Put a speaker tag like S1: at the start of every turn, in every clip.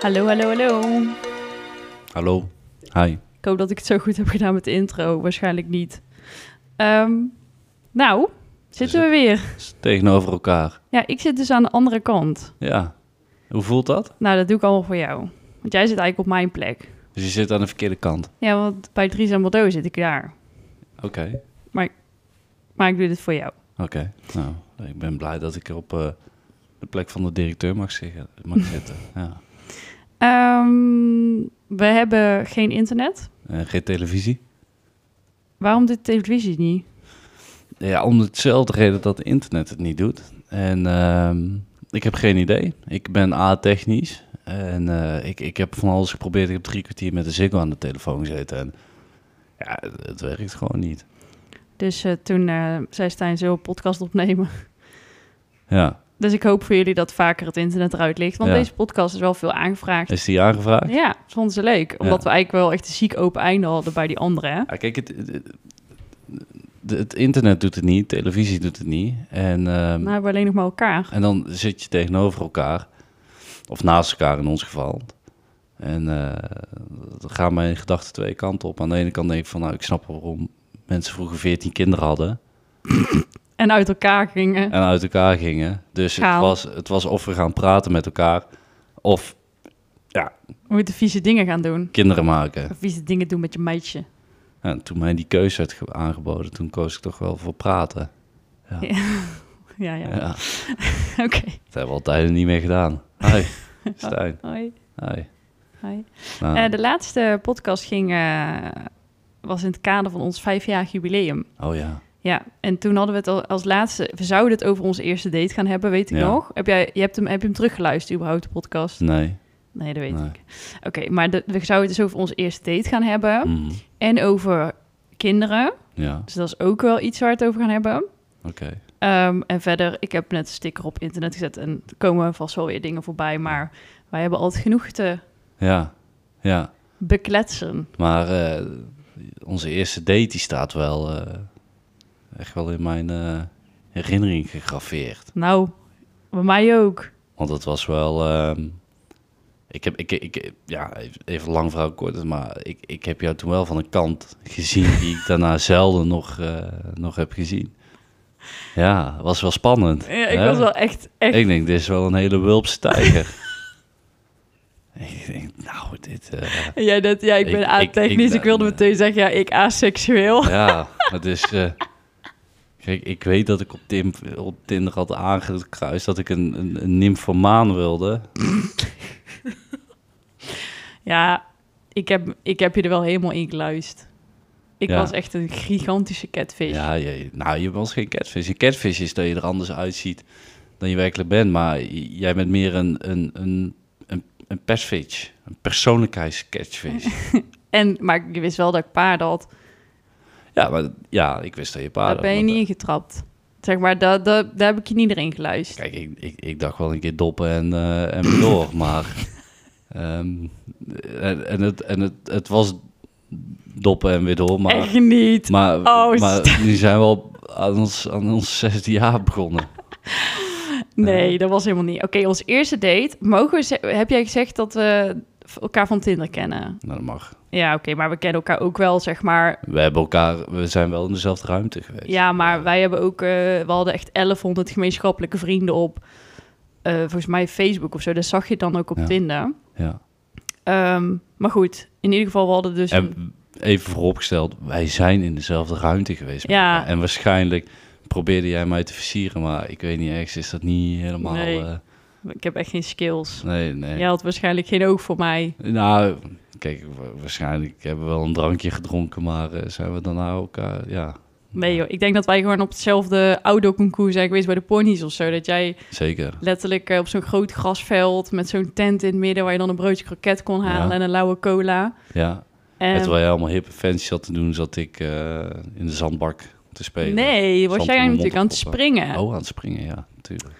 S1: Hallo, hallo, hallo.
S2: Hallo. Hi.
S1: Ik hoop dat ik het zo goed heb gedaan met de intro. Waarschijnlijk niet. Ehm, nou, zitten we weer.
S2: Tegenover elkaar.
S1: Ja, ik zit dus aan de andere kant.
S2: Ja. Hoe voelt dat?
S1: Nou, dat doe ik allemaal voor jou. Want jij zit eigenlijk op mijn plek.
S2: Dus je zit aan de verkeerde kant.
S1: Ja, want bij Dries en Bordeaux zit ik daar.
S2: Oké.
S1: Maar ik doe dit voor jou.
S2: Oké. Nou, ik ben blij dat ik op eh, de plek van de directeur mag, zitten. mag zitten. Ja.
S1: Ehm, we hebben geen internet.
S2: Eh, geen televisie.
S1: Waarom doet de televisie niet?
S2: Ja, om dezelfde reden dat internet het niet doet. En ehm, ik heb geen idee. Ik ben A-technisch. En eh, ik, ik heb van alles geprobeerd. Ik heb drie kwartier met de Ziggo aan de telefoon gezeten. En ja, het, het werkt gewoon niet.
S1: Dus eh, toen eh, zei Stijn, zullen we een podcast opnemen?
S2: Ja.
S1: Dus ik hoop voor jullie dat vaker het internet eruit ligt. Want
S2: Ja.
S1: deze podcast is wel veel aangevraagd.
S2: Is die aangevraagd?
S1: Ja, dat vonden ze leuk. Omdat we eigenlijk wel echt een ziek open einde hadden bij die andere. Hè?
S2: Ja, kijk, het, het, het internet doet het niet, televisie doet het niet. En, ehm,
S1: Nou hebben we alleen nog maar elkaar.
S2: en dan zit je tegenover elkaar, of naast elkaar in ons geval. En eh dan gaan mijn gedachten twee kanten op. Aan de ene kant denk ik van, nou, ik snap wel waarom mensen vroeger veertien kinderen hadden
S1: En uit elkaar gingen.
S2: en uit elkaar gingen. Dus het
S1: Gaan.
S2: was, het was of we gaan praten met elkaar, of
S1: We moeten vieze dingen gaan doen.
S2: kinderen maken.
S1: Of vieze dingen doen met je meisje.
S2: En toen mij die keuze werd ge- aangeboden, toen koos ik toch wel voor praten.
S1: Ja, ja.
S2: Ja,
S1: Oké.
S2: dat hebben we al tijden niet meer gedaan. Hoi, Stijn.
S1: Hoi.
S2: Hi.
S1: Hoi.
S2: Nou,
S1: Eh, de laatste podcast ging, eh, was in het kader van ons vijfjarig jubileum.
S2: oh ja.
S1: Ja, en toen hadden we het al als laatste... We zouden het over onze eerste date gaan hebben, weet ik
S2: Ja.
S1: nog. Heb, jij, je hebt hem, heb je hem teruggeluisterd, überhaupt, de podcast?
S2: Nee.
S1: Nee, dat weet
S2: Nee.
S1: ik. Oké, maar de- we zouden het dus over onze eerste date gaan hebben.
S2: Mhm.
S1: En over kinderen.
S2: Ja,
S1: Dus dat is ook wel iets waar we het over gaan hebben.
S2: oké.
S1: Ehm, en verder, ik heb net een sticker op internet gezet en er komen vast wel weer dingen voorbij. Maar wij hebben altijd genoeg te
S2: Ja, ja.
S1: bekletsen.
S2: Maar eh, onze eerste date die staat wel eh, echt wel in mijn eh, herinnering gegraveerd.
S1: Nou, bij mij ook.
S2: Want het was wel... ehm, ik heb, ik, ik, ja, even- even lang verhaal kort, maar ik, ik heb jou toen wel van een kant gezien die ik daarna zelden nog, eh, nog heb gezien. Ja, was wel spannend.
S1: Ja, ik
S2: hè?
S1: was wel echt, echt...
S2: Ik denk, dit is wel een hele wulpse tijger. ik denk, nou, dit... eh,
S1: En Jij dat, ja, ik
S2: Ik-
S1: ben
S2: ik- eh,
S1: a-technisch. Ik,
S2: ik-
S1: wilde meteen zeggen, ja, ik aseksueel.
S2: ja, het is... eh, kijk, ik weet dat ik op, Tim, op Tinder had aangekruist dat ik een, een, een nymphomaan wilde.
S1: Ja, ik heb, ik heb je er wel helemaal in geluisterd. Ik
S2: Ja.
S1: was echt een gigantische catfish.
S2: Ja, je, nou, je was geen catfish. Een catfish is dat je er anders uitziet dan je werkelijk bent. Maar j- jij bent meer een, een, een, een, een persfish. Een persoonlijkheidscatfish.
S1: En, maar ik wist wel dat ik paarden had.
S2: ja, maar ja, ik wist dat je paarden...
S1: Daar ben je
S2: want-
S1: niet in getrapt. Zeg maar, daar, daar, daar heb ik je niet erin geluisterd.
S2: Kijk, ik, ik, ik dacht wel een keer doppen en, eh en weer door, maar... ehm, en en, het, en het, het was doppen en weer door, maar...
S1: Echt niet.
S2: Maar,
S1: Oh,
S2: maar nu zijn we al aan ons, aan ons zesde jaar begonnen. Eh.
S1: Nee, dat was helemaal niet. Oké, ons eerste date. Mogen we ze- heb jij gezegd dat we elkaar van Tinder kennen?
S2: Nou, dat mag.
S1: Ja, oké, maar we kennen elkaar ook wel, zeg maar.
S2: We hebben elkaar... We zijn wel in dezelfde ruimte geweest.
S1: Ja, maar wij hebben ook, eh, we hadden echt 1100 gemeenschappelijke vrienden op, eh, volgens mij Facebook of zo. Dat zag je dan ook op
S2: Ja.
S1: Tinder.
S2: Ja.
S1: Ehm, maar goed, in ieder geval, we hadden dus... een-
S2: En even vooropgesteld, wij zijn in dezelfde ruimte geweest. met
S1: Ja.
S2: elkaar. En waarschijnlijk probeerde jij mij te versieren, maar ik weet niet, ergens is dat niet helemaal...
S1: Nee.
S2: eh,
S1: ik heb echt geen skills.
S2: nee, nee.
S1: Jij had waarschijnlijk geen oog voor mij.
S2: Nou, kijk, wa- waarschijnlijk hebben we wel een drankje gedronken, maar eh, zijn we daarna elkaar, ja,
S1: Nee joh, ik denk dat wij gewoon op hetzelfde oude concours zijn geweest bij de ponies of zo. Dat jij
S2: zeker.
S1: Letterlijk eh, op zo'n groot grasveld met zo'n tent in het midden waar je dan een broodje kroket kon halen
S2: Ja.
S1: en een lauwe cola. Ehm,
S2: Ja, en
S1: En...
S2: terwijl jij allemaal hippe fancy zat te doen, zat ik eh, in de zandbak te spelen.
S1: Nee, was
S2: Zand
S1: jij
S2: in mijn
S1: natuurlijk aan
S2: mond
S1: het
S2: proppen.
S1: springen.
S2: Oh, aan het springen, ja, natuurlijk.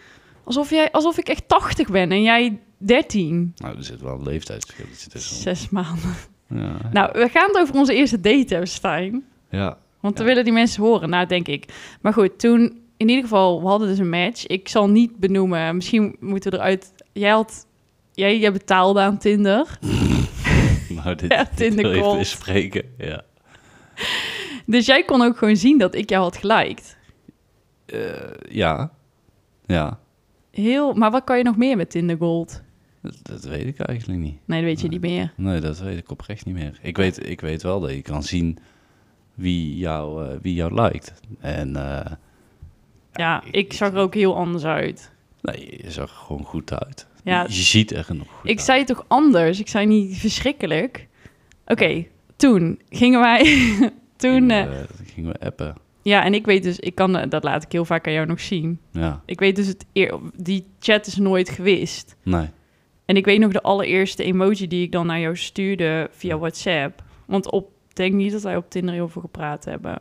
S1: Alsof, jij, alsof ik echt 80 ben en jij 13.
S2: Nou, er zit wel een leeftijdsverschil dat tussen.
S1: Zes maanden.
S2: Ja,
S1: Nou, we gaan het over onze eerste date hebben, Stijn.
S2: ja,
S1: Want dan
S2: Ja.
S1: willen die mensen horen, nou denk ik. Maar goed, toen, in ieder geval, we hadden dus een match. Ik zal niet benoemen, misschien moeten we eruit... Jij had jij, jij betaalde aan Tinder. Ja,
S2: Nou, dit, dit wil even
S1: Tindercalls.
S2: bespreken. Ja.
S1: Dus jij kon ook gewoon zien dat ik jou had geliked.
S2: Eh, ja. Ja.
S1: Heel, maar wat kan je nog meer met Tinder Gold?
S2: Dat, dat weet ik eigenlijk niet.
S1: Nee, dat weet je niet meer.
S2: Nee, dat weet ik oprecht niet meer. Ik weet, ik weet wel dat je kan zien wie jou, eh, wie jou liked. En eh,
S1: Ja,
S2: ik-
S1: ik zag er ook heel anders uit.
S2: nee, je zag er gewoon goed uit.
S1: Ja.
S2: Je ziet er nog goed
S1: Ik
S2: uit.
S1: zei toch anders? Ik zei niet verschrikkelijk. Oké, toen gingen wij... toen...
S2: Gingen
S1: eh,
S2: we, gingen we appen.
S1: ja, en ik weet dus... Ik kan, eh, dat laat ik heel vaak aan jou nog zien.
S2: Ja,
S1: Ik weet dus... Het eer- die chat is nooit gewist.
S2: nee.
S1: En ik weet nog de allereerste emoji die ik dan naar jou stuurde via WhatsApp. Want op, ik denk niet dat wij op Tinder heel veel gepraat hebben.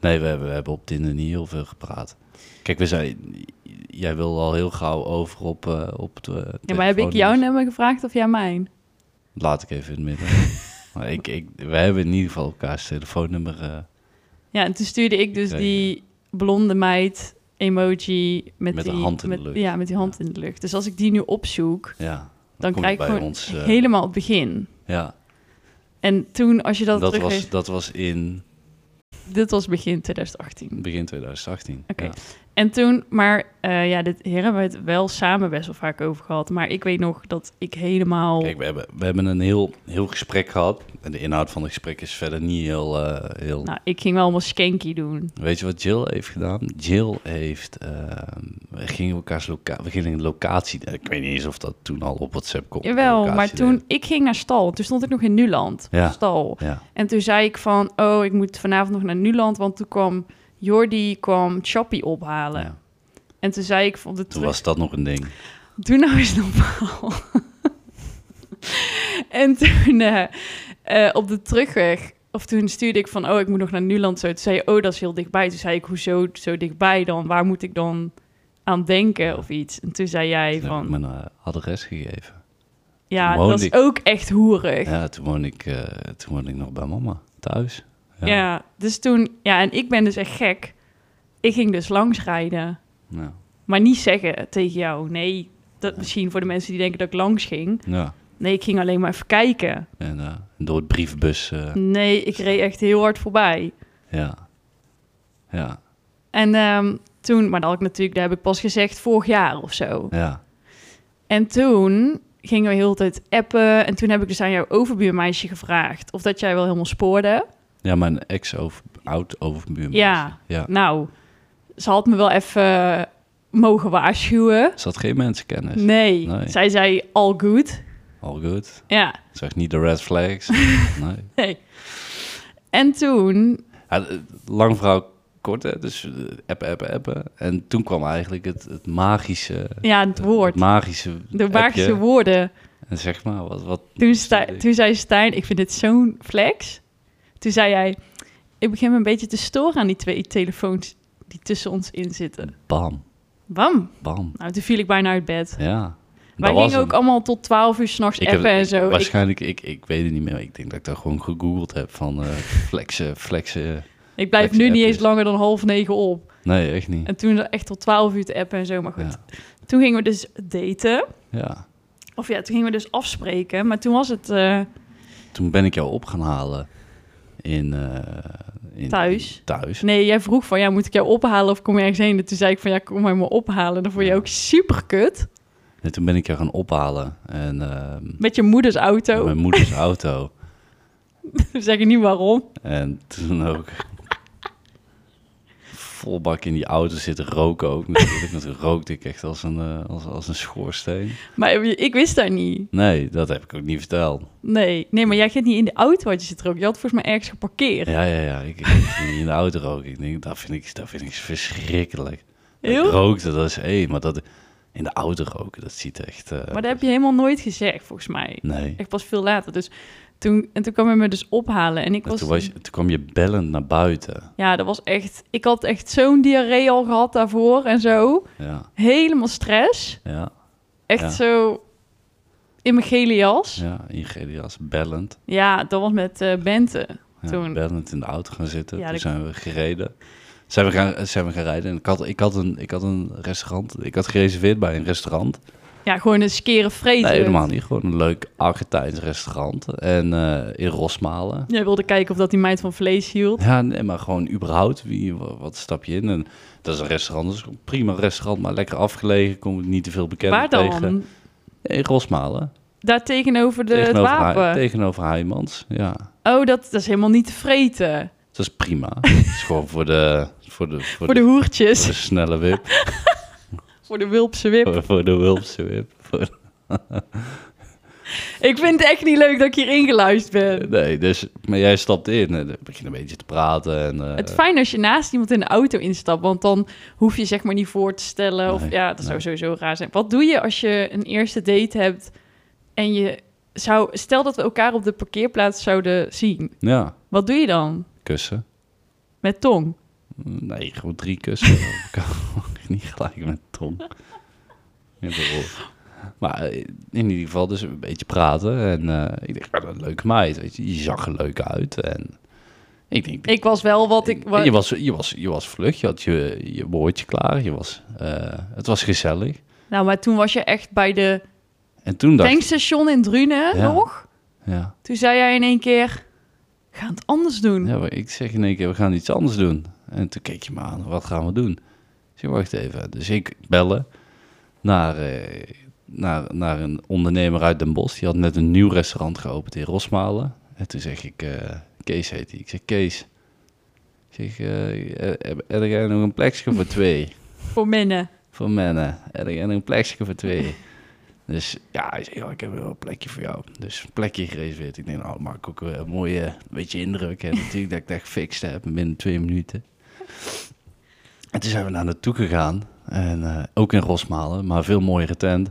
S2: Nee, we hebben, we hebben op Tinder niet heel veel gepraat. Kijk, we zijn, jij wilde al heel gauw over op, eh op de
S1: Ja, maar heb ik jouw nummer gevraagd of jij mijn?
S2: Laat ik even in het midden. maar ik, ik, we hebben in ieder geval elkaars telefoonnummer. eh,
S1: Ja, en toen stuurde ik dus
S2: Oké,
S1: die blonde meid emoji met,
S2: Met de
S1: die,
S2: hand in de
S1: met-
S2: lucht.
S1: Ja, met die hand in de lucht. Dus als ik die nu opzoek,
S2: ja, dan,
S1: dan
S2: kom je
S1: krijg ik
S2: bij
S1: gewoon
S2: ons. eh,
S1: helemaal het begin.
S2: ja,
S1: En toen, als je dat,
S2: dat,
S1: dat
S2: was, dat was in
S1: Dit was begin 2018.
S2: begin 2018.
S1: Oké.
S2: Ja.
S1: En toen, maar eh, ja, dit, hier hebben we het wel samen best wel vaak over gehad. Maar ik weet nog dat ik helemaal...
S2: Kijk, we hebben, we hebben een heel, heel gesprek gehad. En de inhoud van het gesprek is verder niet heel... eh, heel...
S1: Nou, ik ging wel allemaal skanky doen.
S2: Weet je wat Jill heeft gedaan? Jill heeft... ehm, we, gingen elkaars loca- we gingen een locatie... eh, Ik weet niet eens of dat toen al op WhatsApp kon.
S1: Jawel, maar
S2: locatie
S1: toen... Ik ging naar stal. Toen stond ik nog in Nuland.
S2: Ja.
S1: Stal.
S2: delen. Ja,
S1: En toen zei ik van, oh, ik moet vanavond nog naar Nuland, want toen kwam Jordi kwam Chappie ophalen.
S2: ja.
S1: En toen zei ik van de
S2: Toen
S1: eh, terug,
S2: was dat nog een ding.
S1: doe nou eens normaal. en toen eh, eh, op de terugweg, of toen stuurde ik van, oh, ik moet nog naar Nuland zo. Toen zei je, oh, dat is heel dichtbij. Toen zei ik, hoezo zo dichtbij dan? Waar moet ik dan aan denken of iets? En toen zei jij
S2: Toen heb ik
S1: van,
S2: mijn eh, adres gegeven.
S1: ja,
S2: toen woonde
S1: dat is
S2: ik-
S1: ook echt hoerig.
S2: Ja, toen woon ik, eh, toen woon ik nog bij mama thuis.
S1: Ja. dus toen, ja, en ik ben dus echt gek. Ik ging dus langs rijden,
S2: Ja.
S1: maar niet zeggen tegen jou. Nee, dat misschien voor de mensen die denken dat ik langs ging.
S2: ja.
S1: Nee, ik ging alleen maar even kijken.
S2: En eh, door het brievenbus. eh,
S1: Nee, ik reed echt heel hard voorbij.
S2: ja. Ja,
S1: En ehm, toen, maar dat had ik natuurlijk, daar heb ik pas gezegd, vorig jaar of zo.
S2: ja.
S1: En toen gingen we heel de tijd appen. En toen heb ik dus aan jouw overbuurmeisje gevraagd of dat jij wel helemaal spoorde.
S2: Ja, mijn ex over, oud overbuurman.
S1: Ja.
S2: ja.
S1: Nou, ze had me wel even mogen waarschuwen.
S2: Er zat geen mensenkennis.
S1: Nee.
S2: Nee.
S1: zij zei all good.
S2: All good.
S1: Ja,
S2: Zag niet de red flags. nee.
S1: nee. En toen,
S2: Ja, eh, lang verhaal kort, hè. Dus eh, appen, appen, appen. En toen kwam eigenlijk het, het magische...
S1: ja, het woord,
S2: Het magische
S1: de magische
S2: appje.
S1: woorden.
S2: En zeg maar, wat... wat
S1: Toen, Stijn- toen zei Stijn, ik vind dit zo'n flex. Toen zei hij, ik begin me een beetje te storen aan die twee telefoons die tussen ons in zitten.
S2: Bam,
S1: Bam!
S2: bam.
S1: Nou, toen viel ik bijna uit bed.
S2: Ja.
S1: Wij
S2: dat was
S1: gingen ook
S2: hem.
S1: allemaal tot 12 uur s'nachts
S2: Ik heb-
S1: appen en zo. Ik-
S2: Waarschijnlijk, ik, ik weet het niet meer. Ik denk dat ik dat gewoon gegoogeld heb van eh, flexen, flexen.
S1: ik blijf
S2: Flexen
S1: nu niet eens
S2: appjes.
S1: langer dan half negen op.
S2: Nee, echt niet.
S1: En toen echt tot 12 uur te appen en zo. Maar goed,
S2: Ja.
S1: toen gingen we dus daten.
S2: ja.
S1: Of ja, toen gingen we dus afspreken. Maar toen was het eh,
S2: Toen ben ik jou op gaan halen in... eh, in
S1: Thuis.
S2: in- thuis.
S1: Nee, jij vroeg van, ja, moet ik jou ophalen of kom je ergens heen? En toen zei ik van, ja, kom maar me ophalen. Dan vond je ook super kut
S2: En toen ben ik jou gaan ophalen. En ehm,
S1: met je moeders
S2: in
S1: auto.
S2: mijn moeders auto.
S1: We zeggen niet waarom.
S2: En toen ook... Vol bak in die auto zitten roken ook natuurlijk. Want toen rookte ik echt als een, eh, als, als een schoorsteen.
S1: Maar ik wist daar niet.
S2: Nee, dat heb ik ook niet verteld.
S1: Nee, nee, maar jij gaat niet in de auto, want je zit er ook. Je had volgens mij ergens geparkeerd.
S2: Ja, ja, ja. Ik, ik ging niet in de auto roken. Ik denk, dat vind ik, dat vind ik verschrikkelijk. Dat
S1: Heel?
S2: Ik rookte, dat is één. Maar dat in de auto roken, dat ziet echt... eh,
S1: Maar dat heb je helemaal nooit gezegd, volgens mij.
S2: Nee.
S1: Echt pas veel later. Dus toen, en toen kwam hij me dus ophalen. En ik
S2: En
S1: was,
S2: toen, was je, toen kwam je bellend naar buiten.
S1: Ja, dat was echt... Ik had echt zo'n diarree al gehad daarvoor en zo.
S2: Ja,
S1: Helemaal stress.
S2: ja,
S1: Echt
S2: Ja.
S1: zo in mijn gele jas.
S2: ja. Ingenias, bellend.
S1: Ja, dat was met eh Bente.
S2: Ja,
S1: Toen-
S2: Bellend in de auto gaan zitten.
S1: Ja,
S2: toen
S1: dat-
S2: zijn we gereden. Zijn we gaan, zijn we gaan rijden. En ik had, ik, had een, ik had een restaurant. Ik had gereserveerd bij een restaurant.
S1: Ja, gewoon een skere vrees.
S2: Nee, helemaal niet. Gewoon een leuk Argentijns restaurant. En eh, in Rosmalen.
S1: Jij wilde kijken of dat die meid van vlees hield.
S2: Ja, nee, maar gewoon überhaupt. Wie, wa- wat stap je in? En dat is een restaurant. Dat is een prima restaurant, maar lekker afgelegen. Kom ik niet te veel bekend
S1: Waar dan?
S2: tegen. In Rosmalen.
S1: Daar tegenover, de, het
S2: tegenover, Hai-
S1: wapen.
S2: tegenover Heijmans. Ja,
S1: Oh, dat, dat is helemaal niet te vreten.
S2: dat is prima. Het is gewoon voor de, voor de,
S1: Voor
S2: voor de,
S1: de
S2: voor
S1: hoertjes.
S2: de snelle wip.
S1: Voor de wulpse wip.
S2: Voor, voor de Wulpse wip. Voor-
S1: Ik vind het echt niet leuk dat ik hier ingeluisterd ben.
S2: Nee, dus, maar jij stapt in en dan begin je een beetje te praten. En, eh,
S1: Het is fijn als je naast iemand in de auto instapt, want dan hoef je zeg maar niet voor te stellen. Of
S2: Nee,
S1: ja, dat
S2: nee.
S1: zou sowieso raar zijn. Wat doe je als je een eerste date hebt en je zou, stel dat we elkaar op de parkeerplaats zouden zien.
S2: Ja,
S1: Wat doe je dan?
S2: kussen.
S1: Met tong.
S2: Nee, gewoon drie kussen. Ik kan niet gelijk met tong. Ja, bedoel. Maar eh, in ieder geval dus een beetje praten. En eh, ik denk, wat een leuke meid. Weet je. je zag er leuk uit. En ik denk,
S1: Ik was wel wat ik. wa-
S2: je, was, je, was, je was vlug. Je had je, je woordje klaar. Je was, eh, het was gezellig.
S1: Nou, maar toen was je echt bij de
S2: En toen dacht ik,
S1: tankstation in Drunen
S2: Ja.
S1: nog.
S2: ja,
S1: Toen zei jij in één keer: ga het anders doen.
S2: ja, maar ik zeg in één keer, we gaan iets anders doen. En toen keek je me aan, wat gaan we doen? Ik zeg, wacht even. Dus ik bellen naar, eh, naar, naar een ondernemer uit Den Bosch. Die had net een nieuw restaurant geopend in Rosmalen. En toen zeg ik, eh, Kees heet hij. Ik zeg, Kees, ik zeg, eh, heb- heb heb jij nog een plekje voor twee?
S1: Voor mennen.
S2: voor mannen. En ik- en een plekje voor twee. Dus ja, hij zei, "Ja, ik heb wel een plekje voor jou. Dus een plekje gereserveerd. Ik denk, nou, dat maak ook eh, een mooie, een beetje indruk. En natuurlijk dat ik dat gefixt heb binnen twee minuten. En toen zijn we naar naartoe gegaan. En eh, ook in Rosmalen, maar een veel mooiere tent.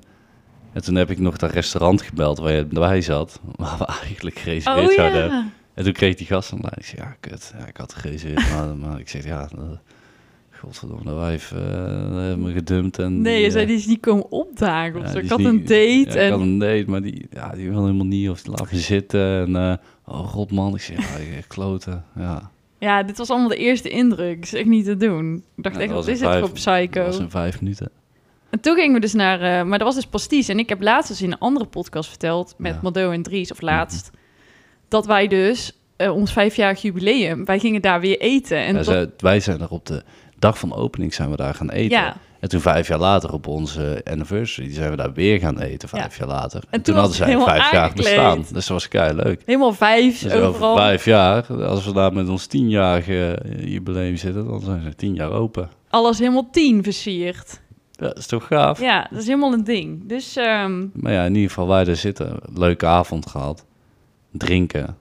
S2: En toen heb ik nog dat restaurant gebeld waar je bij zat. Waar we eigenlijk gereserveerd
S1: Oh
S2: zouden hebben.
S1: ja.
S2: En toen kreeg die gast online. Ik zei, ja, kut. Ja, ik had gereserveerd, maar, maar ik zeg, ja, dat- godverdomme, dat wijf eh, dat heeft me gedumpt. En
S1: Nee, je
S2: die,
S1: zei
S2: eh,
S1: die is niet komen opdagen. of
S2: ja,
S1: zo.
S2: die
S1: ik
S2: is
S1: had
S2: niet-
S1: een
S2: ja,
S1: date.
S2: ik
S1: en...
S2: had een date, maar die, ja, die wil helemaal niet. Of die laat me zitten. En, eh, oh, god, man. Ik zeg, ja, ik- kloten. Ja.
S1: Ja, dit was allemaal de eerste indruk. Dat is echt niet te doen. Ik dacht
S2: Ja,
S1: echt,
S2: dat
S1: wat
S2: was
S1: is
S2: een
S1: dit voor
S2: vijf-
S1: psycho?
S2: Dat was in vijf minuten.
S1: En toen gingen we dus naar... eh, maar dat was dus Pasties. En ik heb laatst dus in een andere podcast verteld... met
S2: Ja. Mhm.
S1: Mado en Dries, of laatst... dat wij dus eh, ons vijfjarig jubileum... wij gingen daar weer eten. En
S2: Ja,
S1: dat-
S2: zij- wij zijn er op de dag van opening zijn we daar gaan eten.
S1: ja,
S2: En toen vijf jaar later op onze anniversary zijn we daar weer gaan eten, vijf jaar later. En,
S1: toen
S2: toen
S1: was
S2: hadden
S1: het
S2: zij
S1: helemaal
S2: vijf jaar
S1: aangekleed.
S2: bestaan. Dus dat was kei leuk.
S1: helemaal vijf
S2: Dus
S1: overal.
S2: over vijf jaar, als we daar met ons tienjarige eh, jubileum zitten, dan zijn ze tien jaar open.
S1: Alles helemaal tien versierd.
S2: Ja, dat is toch gaaf?
S1: Ja, dat is helemaal een ding. Dus ehm,
S2: Maar ja, in ieder geval wij daar zitten. Leuke avond gehad. Drinken.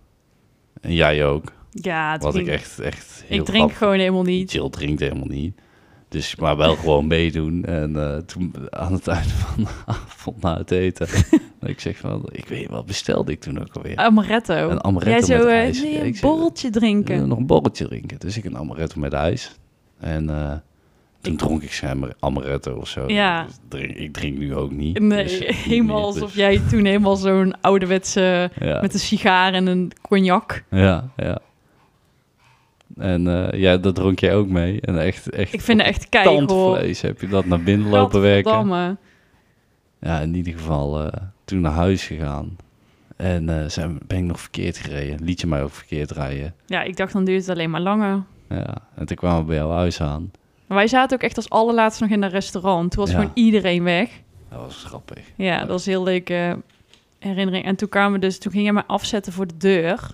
S2: En jij ook.
S1: ja, het
S2: Wat ik
S1: ging-
S2: echt, echt heel
S1: ik drink
S2: grappig-
S1: gewoon helemaal niet.
S2: Jill drinkt helemaal niet. Dus maar wel gewoon meedoen. En eh, toen aan het einde van de avond na het eten. dat ik zeg van, ik weet wat bestelde ik toen ook alweer.
S1: Amaretto.
S2: Een amaretto
S1: Jij zo
S2: met
S1: eh,
S2: ijs.
S1: nee,
S2: Ja,
S1: een
S2: ik zeg-
S1: borreltje drinken.
S2: Eh, nog een borreltje drinken. Dus ik een amaretto met ijs. En eh, toen
S1: Ik-
S2: dronk ik zijn amaretto of zo.
S1: Ja.
S2: Dus drink, ik drink nu ook niet.
S1: Nee,
S2: dus niet
S1: helemaal
S2: meer,
S1: alsof
S2: dus-
S1: jij toen helemaal zo'n ouderwetse...
S2: Ja,
S1: met een sigaar en een cognac.
S2: ja, ja. En eh, ja, dat dronk jij ook mee. En echt, echt
S1: Ik vind het echt kei hoor.
S2: tandvlees heb je dat naar binnen lopen werken.
S1: Gadverdamme.
S2: Ja, in ieder geval eh, toen naar huis gegaan. En eh, zijn, ben ik nog verkeerd gereden. Liet je mij ook verkeerd rijden.
S1: Ja, ik dacht dan duurt het alleen maar langer.
S2: Ja, en toen kwamen we bij jouw huis aan.
S1: Maar wij zaten ook echt als allerlaatst nog in een restaurant. Toen was
S2: Ja.
S1: gewoon iedereen weg.
S2: Dat was grappig.
S1: Ja, dat was een heel leuke eh, herinnering. En toen kwamen we dus, toen ging jij mij afzetten voor de deur.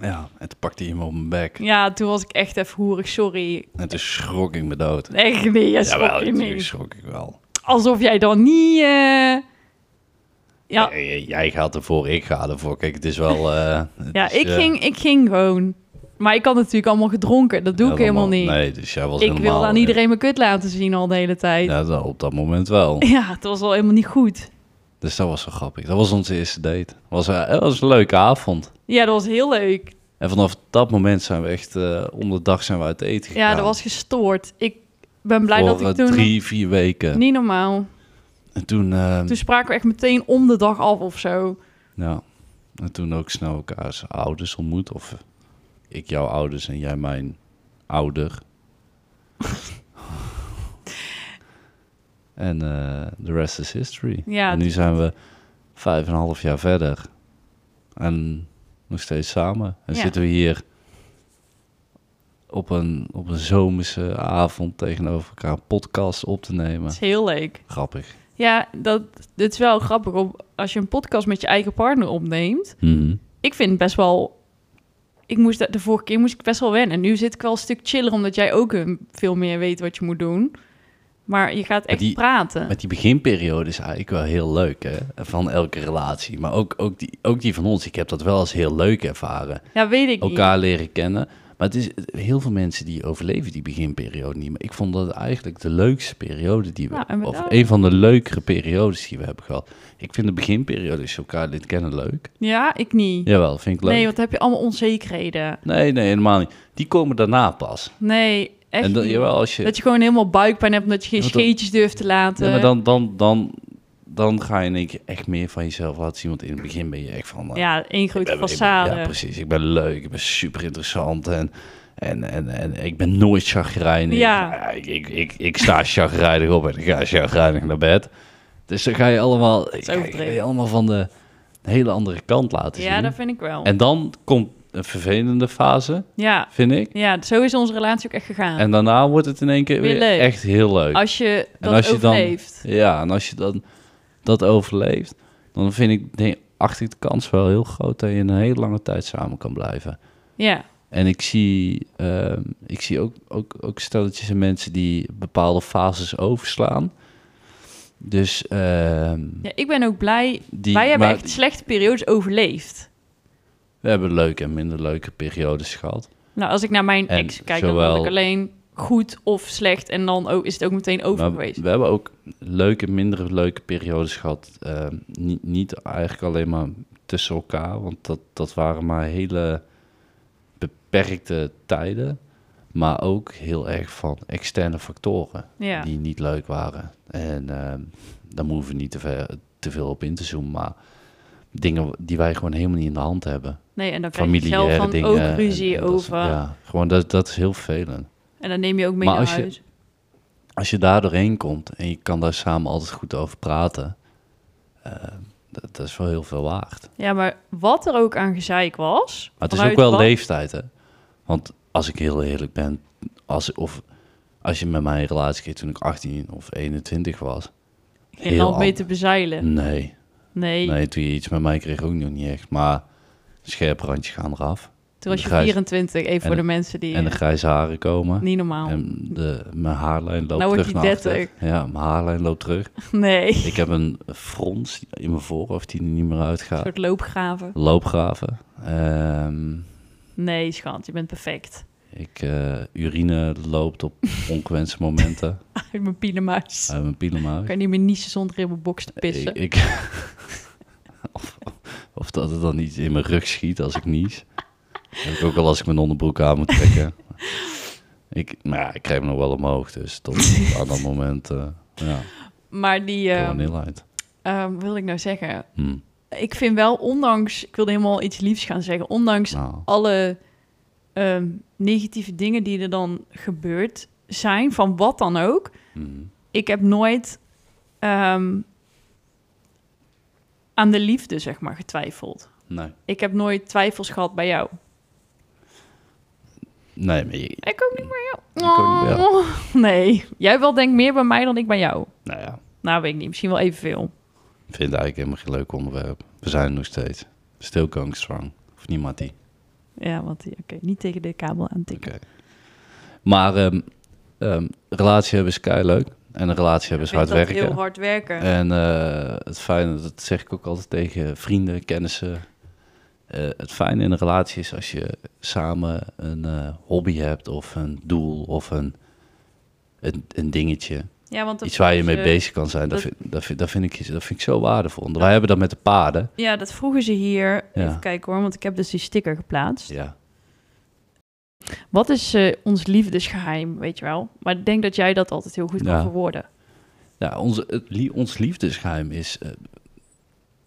S2: Ja, en toen pakte hij me op mijn bek.
S1: Ja, toen was ik echt even hoerig, sorry.
S2: En toen schrok ik me dood.
S1: Echt niet, ja,
S2: Jawel,
S1: schrok je
S2: natuurlijk
S1: niet.
S2: schrok ik wel.
S1: Alsof jij dan niet... eh, Ja,
S2: Eh, eh, jij gaat ervoor, ik ga ervoor. Kijk, het is wel... eh, het
S1: ja
S2: is,
S1: ik,
S2: eh,
S1: ging, ik ging gewoon. Maar ik had natuurlijk allemaal gedronken. Dat doe ik helemaal niet.
S2: Nee, dus jij was
S1: ik
S2: helemaal...
S1: wilde aan iedereen mijn kut laten zien al de hele tijd.
S2: Ja, nou, op dat moment wel.
S1: Ja, het was al helemaal niet goed.
S2: Dus dat was zo grappig. Dat was onze eerste date. Was, eh, het was een leuke avond.
S1: Ja, dat was heel leuk.
S2: En vanaf dat moment zijn we echt... eh, om de dag zijn we uit eten
S1: Ja,
S2: gegaan.
S1: dat was gestoord. Ik ben blij
S2: Voor,
S1: dat ik
S2: eh,
S1: toen...
S2: drie, vier weken.
S1: Niet normaal.
S2: En toen... eh,
S1: Toen spraken we echt meteen om de dag af of zo.
S2: Ja. En toen ook snel elkaars ouders ontmoet. Of eh, ik jouw ouders en jij mijn ouder. En eh, the rest is history.
S1: Ja,
S2: en nu
S1: het-
S2: zijn we vijf en een half jaar verder. En nog steeds samen. En
S1: Ja.
S2: zitten we hier op een, op een zomerse avond tegenover elkaar een podcast op te
S1: Het
S2: nemen.
S1: is heel leuk.
S2: Grappig.
S1: Ja, dat, dit is wel grappig. Op, als je een podcast met je eigen partner opneemt.
S2: Mhm.
S1: Ik vind best wel... Ik moest, dat- de vorige keer moest ik best wel wennen. Nu zit ik wel een stuk chiller, omdat jij ook een- veel meer weet wat je moet doen. Maar je gaat echt
S2: die-
S1: praten.
S2: Met die beginperiode is eigenlijk wel heel leuk, hè? Van elke relatie. Maar ook, ook, die, ook die van ons. Ik heb dat wel als heel leuk ervaren.
S1: Ja, weet ik niet.
S2: Elkaar leren kennen. Maar het is heel veel mensen die overleven die beginperiode niet. Maar ik vond dat eigenlijk de leukste periode die we...
S1: Ja, en met-
S2: of een van de leukere periodes die we hebben gehad. Ik vind de beginperiode is elkaar leren kennen leuk.
S1: Ja, ik niet.
S2: Jawel, vind ik leuk.
S1: nee,
S2: Nee,
S1: want dan heb je allemaal onzekerheden.
S2: nee, helemaal niet. Die komen daarna pas.
S1: Nee, echt
S2: en dan,
S1: niet.
S2: jawel, als je...
S1: Dat je gewoon helemaal buikpijn hebt omdat je geen
S2: Ja, want dan-
S1: scheetjes durft te laten.
S2: Ja, maar dan, dan, dan, dan ga je in één keer echt meer van jezelf laten zien. Want in het begin ben je echt van... eh,
S1: Ja, één grote
S2: ik ben- ik ben-
S1: façade.
S2: Ja, precies. Ik ben leuk, ik ben super interessant en, en, en, en ik ben nooit chagrijnig.
S1: Ja.
S2: Ik, ik, ik, ik sta chagrijnig op en ik ga chagrijnig naar bed. Dus dan ga je allemaal, ga je-
S1: overdreven.
S2: ga je allemaal van de hele andere kant laten zien.
S1: Ja, dat vind ik wel.
S2: En dan komt een vervelende fase,
S1: Ja,
S2: vind ik.
S1: ja, zo is onze relatie ook echt gegaan.
S2: En daarna wordt het in één keer
S1: Weer
S2: weer
S1: leuk. Oh,
S2: echt heel leuk.
S1: als je dat
S2: als je dan-
S1: overleeft.
S2: Ja, en als je dan dat overleeft, dan vind ik, nee, acht ik de kans wel heel groot dat je een hele lange tijd samen kan blijven.
S1: Ja,
S2: En ik zie, ehm, ik zie ook, ook, ook stelletjes en mensen die bepaalde fases overslaan. Dus ehm,
S1: ja, ik ben ook blij.
S2: die,
S1: Wij hebben
S2: maar
S1: echt slechte periodes overleefd.
S2: we hebben leuke en minder leuke periodes gehad.
S1: Nou, als ik naar mijn
S2: En
S1: ex kijk, dan
S2: zowel-
S1: vond ik alleen goed of slecht. En dan ook, is het ook meteen over
S2: Maar
S1: geweest.
S2: we hebben ook leuke en minder leuke periodes gehad. Ehm, niet, niet eigenlijk alleen maar tussen elkaar, want dat, dat waren maar hele beperkte tijden. Maar ook heel erg van externe factoren.
S1: Ja,
S2: die niet leuk waren. En ehm daar hoeven we niet te, ver- te veel op in te zoomen. Maar dingen die wij gewoon helemaal niet in de hand hebben.
S1: nee, en dan krijg je zelf
S2: Familiaire
S1: van
S2: dingen.
S1: ook
S2: en-
S1: ruzie
S2: en dat is-
S1: over.
S2: ja, gewoon dat, dat is heel vervelend.
S1: En dan neem je ook mee
S2: Maar
S1: naar
S2: als je-
S1: huis.
S2: Als je daar doorheen komt en je kan daar samen altijd goed over praten. eh, dat, dat is wel heel veel waard.
S1: Ja, maar wat er ook aan gezeik was...
S2: Maar het is
S1: vanuit
S2: ook wel
S1: wat-
S2: leeftijd, hè? Want als ik heel eerlijk ben, als, of als je met mij een relatie kreeg toen ik 18 of 21 was.
S1: Geen
S2: heel
S1: land mee
S2: ander.
S1: te bezeilen.
S2: Nee,
S1: Nee,
S2: Nee, toen je iets met mij kreeg ook nog niet echt. Maar scherp randje gaan eraf.
S1: toen was je
S2: Grijs.
S1: 24. Even voor
S2: En-
S1: de mensen die...
S2: En de grijze haren komen.
S1: niet normaal.
S2: En de, mijn haarlijn loopt
S1: Nou wordt
S2: terug
S1: hij
S2: naar achter.
S1: 30.
S2: Ja, mijn haarlijn loopt terug.
S1: Nee.
S2: Ik heb een frons in mijn voorhoofd die er niet meer
S1: Een
S2: uitgaat.
S1: soort loopgraven.
S2: Loopgraven. Ehm,
S1: Nee, schat, je bent perfect.
S2: ik, eh, urine loopt op ongewenste momenten.
S1: Uit mijn pielenmuis.
S2: uit mijn pielenmaag.
S1: Ik kan niet meer niezen zonder in mijn box te pissen.
S2: Ik, ik- of, of dat het dan iets in mijn rug schiet als ik nies. Heb ik ook al als ik mijn onderbroek aan moet trekken. Ik, maar ja, ik krijg hem nog wel omhoog, dus tot aan dat moment... eh ja,
S1: Maar die...
S2: ja.
S1: ehm,
S2: gewoon heel uit.
S1: ehm, wat wil ik nou zeggen?
S2: Hm,
S1: Ik vind wel, ondanks... Ik wilde helemaal iets liefs gaan zeggen. Ondanks
S2: nou,
S1: alle ehm, negatieve dingen die er dan gebeurd zijn, van wat dan ook...
S2: hm.
S1: ik heb nooit ehm, aan de liefde, zeg maar, getwijfeld.
S2: nee.
S1: Ik heb nooit twijfels gehad bij jou.
S2: Nee, maar je-
S1: Ik ook niet bij jou.
S2: Ik ook niet bij jou.
S1: Oh, nee, jij wel denkt meer bij mij dan ik bij jou.
S2: nou ja,
S1: Nou, weet ik niet. Misschien wel evenveel.
S2: ik vind het eigenlijk helemaal geen leuk onderwerp. We zijn er nog steeds. Still going strong. Of niet, Mattie?
S1: Ja, want oké, niet tegen de kabel aantikken.
S2: Oké. Maar ehm, ehm, relatie hebben is leuk. En een relatie hebben is dus hard werken.
S1: heel hard werken.
S2: En eh, het fijne, dat zeg ik ook altijd tegen vrienden, kennissen. eh, het fijne in een relatie is als je samen een eh, hobby hebt of een doel of een, een, een dingetje.
S1: ja, want dat eh,
S2: Iets waar je mee
S1: ze-
S2: bezig kan zijn. eh, Dat
S1: dat-
S2: vind, dat, vind, dat, vind ik, dat vind ik zo waardevol. Want wij hebben dat met de paarden.
S1: Ja, dat vroegen ze hier.
S2: Ja.
S1: Even kijken hoor, want ik heb dus die sticker geplaatst.
S2: Ja.
S1: Wat is eh, ons liefdesgeheim, weet je wel? Maar ik denk dat jij dat altijd heel goed
S2: Ja.
S1: kan verwoorden.
S2: Ja, Nou, onze, het lie- ons liefdesgeheim is. eh,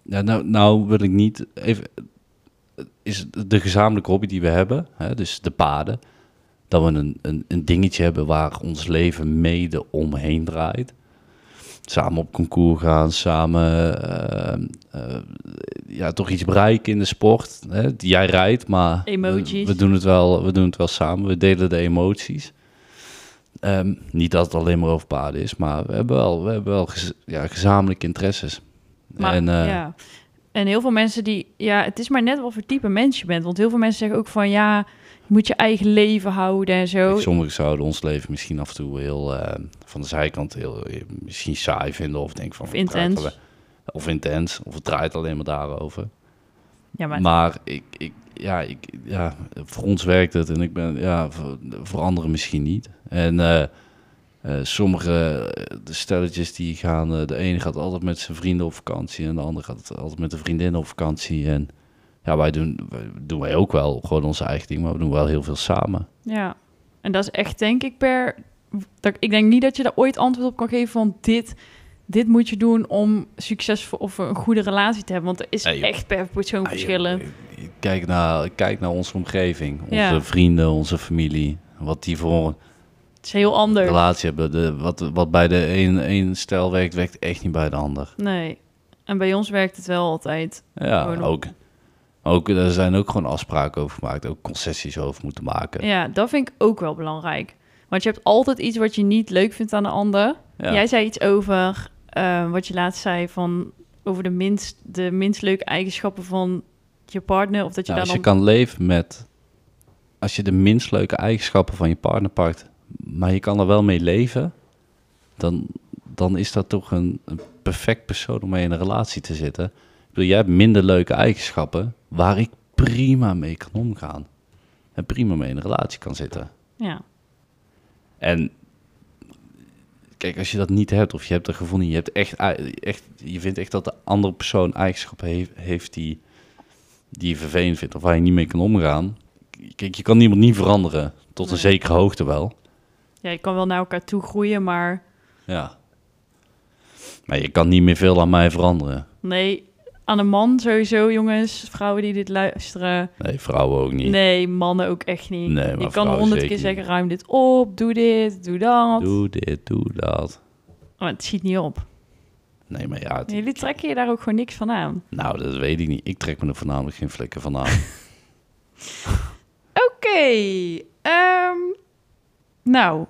S2: ja, nou, nou wil ik niet. Even, eh, is de gezamenlijke hobby die we hebben, hè, dus de paden. Dat we een, een, een dingetje hebben waar ons leven mede omheen draait. Samen op concours gaan, samen eh, eh, ja, toch iets bereiken in de sport. Hè? Jij rijdt, maar we,
S1: Emoties.
S2: we, doen het wel, we doen het wel samen. We delen de emoties. Ehm, niet dat het alleen maar over paarden is, maar we hebben wel, we hebben wel gez- ja, gezamenlijke interesses.
S1: Maar,
S2: en, eh,
S1: ja. en heel veel mensen die... Ja, het is maar net wat voor type mens je bent. Want heel veel mensen zeggen ook van... Ja, je moet je eigen leven houden en zo.
S2: Kijk, sommigen zouden ons leven misschien af en toe heel eh, van de zijkant heel eh, misschien saai vinden of denken van
S1: Of
S2: wat praten
S1: intens.
S2: we? of intens of het draait alleen maar daarover.
S1: Ja, maar,
S2: Maar, ik, ik, ja, ik, ja, voor ons werkt het en ik ben ja voor, voor anderen misschien niet. En eh, eh, sommige eh, de stelletjes die gaan, eh, de ene gaat altijd met zijn vrienden op vakantie en de andere gaat altijd met de vriendin op vakantie en ja, wij doen, wij- doen wij ook wel gewoon onze eigen ding, maar we doen wel heel veel samen.
S1: ja. En dat is echt denk ik per... Dat, ik denk niet dat je daar ooit antwoord op kan geven van... Dit, dit moet je doen om succesvol of een goede relatie te hebben. Want er is
S2: Nee, joh.
S1: echt per persoon
S2: Ah, joh,
S1: verschillen.
S2: eh, Kijk naar, kijk naar onze omgeving, onze
S1: Ja.
S2: vrienden, onze familie. Wat die voor een
S1: Het is heel anders.
S2: relatie hebben. De, wat, wat bij de een, een stijl werkt, werkt echt niet bij de ander.
S1: Nee. En bij ons werkt het wel altijd.
S2: Ja,
S1: Gewoon op-
S2: ook. Ook, er zijn ook gewoon afspraken over gemaakt. Ook concessies over moeten maken.
S1: Ja, dat vind ik ook wel belangrijk. Want je hebt altijd iets wat je niet leuk vindt aan de ander.
S2: Ja.
S1: Jij zei iets over eh, wat je laatst zei van over de minst, de minst leuke eigenschappen van je partner. Of dat je
S2: Nou, als
S1: daar
S2: je
S1: dan.
S2: kan leven met... Als je de minst leuke eigenschappen van je partner pakt... maar je kan er wel mee leven... dan, dan is dat toch een, een perfect persoon om mee in een relatie te zitten. Ik bedoel, jij hebt minder leuke eigenschappen... waar ik prima mee kan omgaan. En prima mee in een relatie kan zitten.
S1: Ja.
S2: En kijk, als je dat niet hebt of je hebt dat gevoel niet, je, hebt echt, ei- echt, je vindt echt dat de andere persoon eigenschappen heeft, heeft die, die je vervelend vindt of waar je niet mee kan omgaan. Kijk, je kan iemand niet veranderen, tot een
S1: Nee.
S2: zekere hoogte wel.
S1: ja, je kan wel naar elkaar toe groeien, maar
S2: Ja. Maar je kan niet meer veel aan mij veranderen.
S1: nee. Aan een man sowieso, jongens, vrouwen die dit luisteren.
S2: Nee, vrouwen ook niet.
S1: Nee, mannen ook echt niet.
S2: Nee, maar
S1: je kan
S2: vrouwen
S1: honderd keer
S2: zeker
S1: zeggen, ruim dit op, doe dit, doe dat.
S2: Doe dit, doe dat.
S1: Maar het schiet niet op.
S2: Nee, maar ja, het-
S1: Jullie trekken je daar ook gewoon niks van aan.
S2: nou, dat weet ik niet. Ik trek me er voornamelijk geen flikker van aan.
S1: Oké. ehm, nou.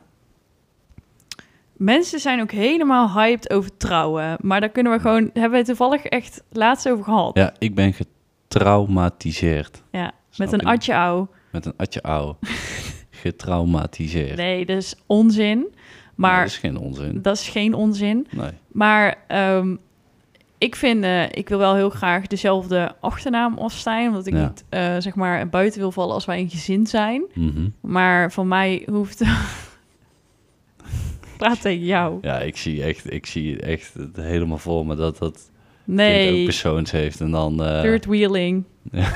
S1: Mensen zijn ook helemaal hyped over trouwen. Maar daar kunnen we gewoon... Hebben we toevallig echt laatst over gehad.
S2: Ja, ik ben getraumatiseerd.
S1: Ja,
S2: Snap
S1: met een
S2: je niet?
S1: atje ouw.
S2: Met een atje ouw. Getraumatiseerd.
S1: Nee, dat is onzin. Maar
S2: Nee, dat is geen onzin.
S1: dat is geen onzin.
S2: Nee.
S1: Maar ehm, ik vind... eh, ik wil wel heel graag dezelfde achternaam afstaan. Omdat ik
S2: Ja.
S1: niet, eh, zeg maar, buiten wil vallen als wij een gezin zijn.
S2: Mhm.
S1: Maar van mij hoeft... Praat tegen jou.
S2: Ja, ik zie, echt, ik zie echt het helemaal voor me dat dat kind ook
S1: Nee,
S2: persoons heeft. En dan... eh,
S1: third wheeling.
S2: Ja.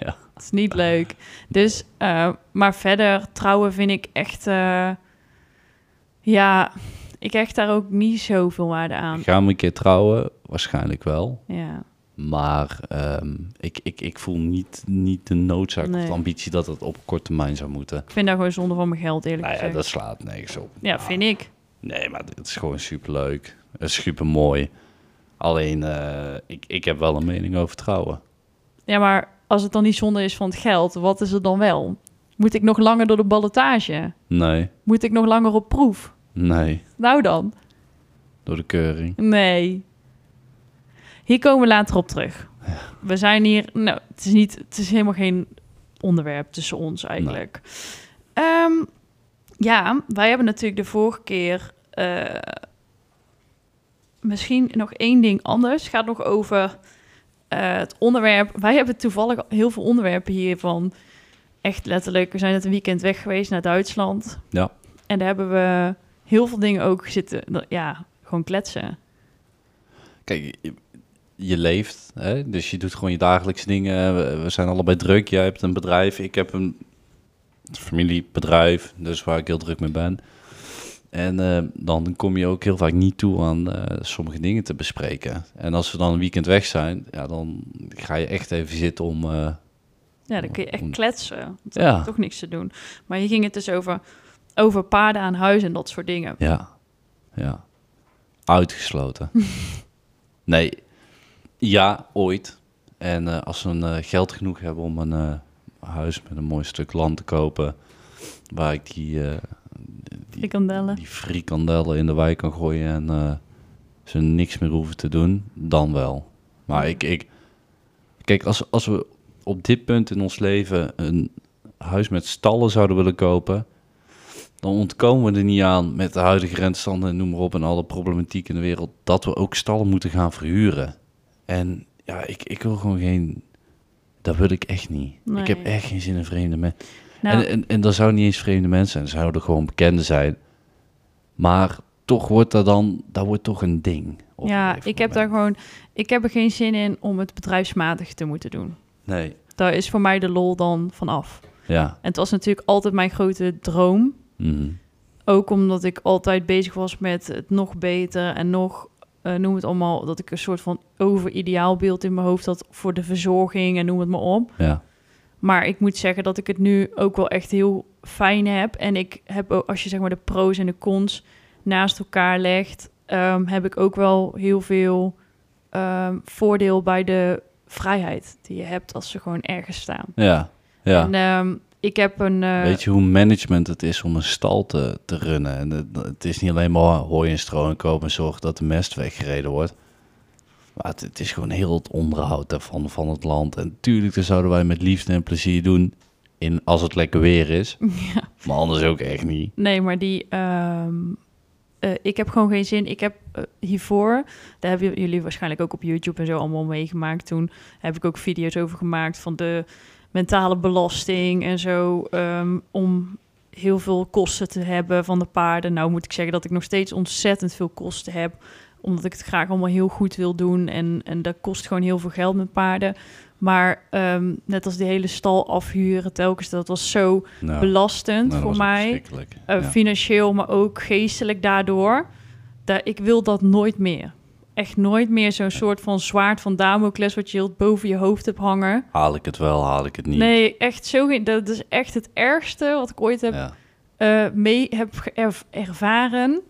S2: Ja.
S1: Dat is niet leuk. Dus, eh, maar verder, trouwen vind ik echt... eh, ja, ik hecht daar ook niet zoveel waarde aan.
S2: gaan we een keer trouwen? Waarschijnlijk wel.
S1: Ja,
S2: Maar ehm, ik, ik, ik voel niet, niet de noodzaak of
S1: Nee.
S2: de ambitie dat het op korte termijn zou moeten.
S1: ik vind daar gewoon zonde van mijn geld, eerlijk
S2: Nou ja,
S1: gezegd.
S2: dat slaat niks op. Nou,
S1: Ja, vind ik.
S2: Nee, maar het is gewoon superleuk. Het is supermooi. Alleen, eh, ik, ik heb wel een mening over trouwen.
S1: Ja, maar als het dan niet zonde is van het geld, wat is het dan wel? Moet ik nog langer door de ballotage?
S2: Nee,
S1: Moet ik nog langer op proef?
S2: nee.
S1: Nou dan.
S2: Door de keuring.
S1: Nee. Hier komen we later op terug. We zijn hier. Nou, het is, niet, het is helemaal geen onderwerp tussen ons eigenlijk. Ehm, ja, wij hebben natuurlijk de vorige keer. eh, misschien nog één ding anders. Het gaat nog over eh, het onderwerp. Wij hebben toevallig heel veel onderwerpen hiervan. Echt letterlijk. We zijn het een weekend weg geweest naar Duitsland.
S2: Ja.
S1: En daar hebben we heel veel dingen ook zitten. Ja, gewoon kletsen.
S2: Kijk, je, je leeft, hè? dus je doet gewoon je dagelijkse dingen. We, we zijn allebei druk. Jij hebt een bedrijf, ik heb een familiebedrijf, dus waar ik heel druk mee ben. En eh, dan kom je ook heel vaak niet toe aan eh, sommige dingen te bespreken. En als we dan een weekend weg zijn, ja, dan ga je echt even zitten om. eh,
S1: Ja, dan kun je echt
S2: Om-
S1: kletsen. Want dan
S2: Ja.
S1: heb je toch niks te doen. Maar hier ging het dus over, over paarden aan huis en dat soort dingen.
S2: ja, ja. Uitgesloten. nee, ja, ooit. En eh, als ze een, eh, geld genoeg hebben om een eh, huis met een mooi stuk land te kopen, waar ik die, eh, die,
S1: Frikandellen.
S2: die frikandellen in de wijk kan gooien en eh, ze niks meer hoeven te doen, dan wel. Maar ik, ik kijk, als, als we op dit punt in ons leven een huis met stallen zouden willen kopen, dan ontkomen we er niet aan met de huidige rentstanden en noem maar op en alle problematiek in de wereld, dat we ook stallen moeten gaan verhuren. En ja, ik, ik wil gewoon geen. Dat wil ik echt niet.
S1: Nee.
S2: Ik heb echt geen zin in vreemde mensen.
S1: Nou,
S2: En, eh, en, en dat zou niet eens vreemde mensen zijn, dat zouden gewoon bekenden zijn. Maar toch wordt dat dan, dat wordt toch een ding. op een
S1: ja,
S2: gegeven
S1: ik heb daar
S2: moment.
S1: gewoon... Ik heb er geen zin in om het bedrijfsmatig te moeten doen.
S2: Nee,
S1: Daar is voor mij de lol dan vanaf.
S2: ja.
S1: En het was natuurlijk altijd mijn grote droom.
S2: mhm.
S1: Ook omdat ik altijd bezig was met het nog beter en nog, eh, noem het allemaal, dat ik een soort van overideaalbeeld in mijn hoofd had voor de verzorging en noem het maar op.
S2: ja.
S1: Maar ik moet zeggen dat ik het nu ook wel echt heel fijn heb. En ik heb ook, als je zeg maar de pro's en de cons naast elkaar legt, ehm, heb ik ook wel heel veel ehm, voordeel bij de vrijheid die je hebt als ze gewoon ergens staan.
S2: Ja, ja.
S1: En ehm, ik heb een. eh,
S2: Weet je hoe management het is om een stal te, te runnen? En het, het is niet alleen maar hooi en stro en koop en zorg dat de mest weggereden wordt. Maar het, het is gewoon heel het onderhoud daarvan van het land. En tuurlijk, dat zouden wij met liefde en plezier doen. In, als het lekker weer is.
S1: ja.
S2: Maar anders ook echt niet.
S1: Nee, maar die. ehm, eh, ik heb gewoon geen zin. Ik heb eh, hiervoor, daar hebben jullie waarschijnlijk ook op YouTube en zo allemaal meegemaakt. Toen heb ik ook video's over gemaakt van de mentale belasting en zo. ehm, om heel veel kosten te hebben van de paarden. Nou moet ik zeggen dat ik nog steeds ontzettend veel kosten heb. Omdat ik het graag allemaal heel goed wil doen. En, en dat kost gewoon heel veel geld met paarden. Maar ehm, net als die hele stal afhuren telkens, dat was zo
S2: Nou,
S1: belastend
S2: nou, dat
S1: voor
S2: was ook
S1: mij.
S2: verschrikkelijk.
S1: Uh,
S2: Ja.
S1: financieel, maar ook geestelijk daardoor. Da ik wil dat nooit meer. Echt nooit meer zo'n soort van zwaard van Damocles wat je heel boven je hoofd hebt hangen.
S2: Haal ik het wel, haal ik het niet.
S1: Nee, echt zo geen. Dat is echt het ergste wat ik ooit heb,
S2: Ja.
S1: eh, mee heb ge- erv- ervaren.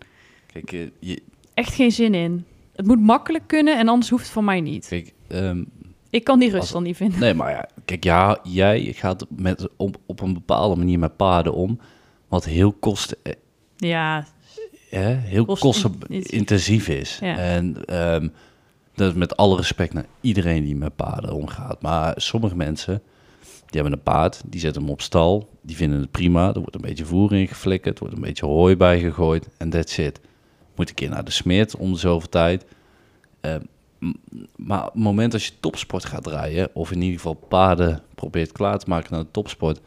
S2: Kijk, eh, je,
S1: Echt geen zin in. Het moet makkelijk kunnen en anders hoeft het van mij niet.
S2: kijk ehm,
S1: Ik kan die rust
S2: Als-
S1: dan niet vinden.
S2: Nee, maar ja, kijk, ja, jij gaat met, op, op een bepaalde manier met paarden om. Wat heel, kost, eh,
S1: Ja,
S2: hè, heel
S1: Kost-
S2: kostenintensief is.
S1: Ja.
S2: En ehm, dat is met alle respect naar iedereen die met paarden omgaat. Maar sommige mensen, die hebben een paard, die zetten hem op stal. Die vinden het prima. Er wordt een beetje voer in geflikkerd, er wordt een beetje hooi bij gegooid. En that's it. Moet een keer naar de smid om de zoveel tijd. Ehm, m- maar op het moment dat je topsport gaat draaien, of in ieder geval paarden probeert klaar te maken naar de topsport,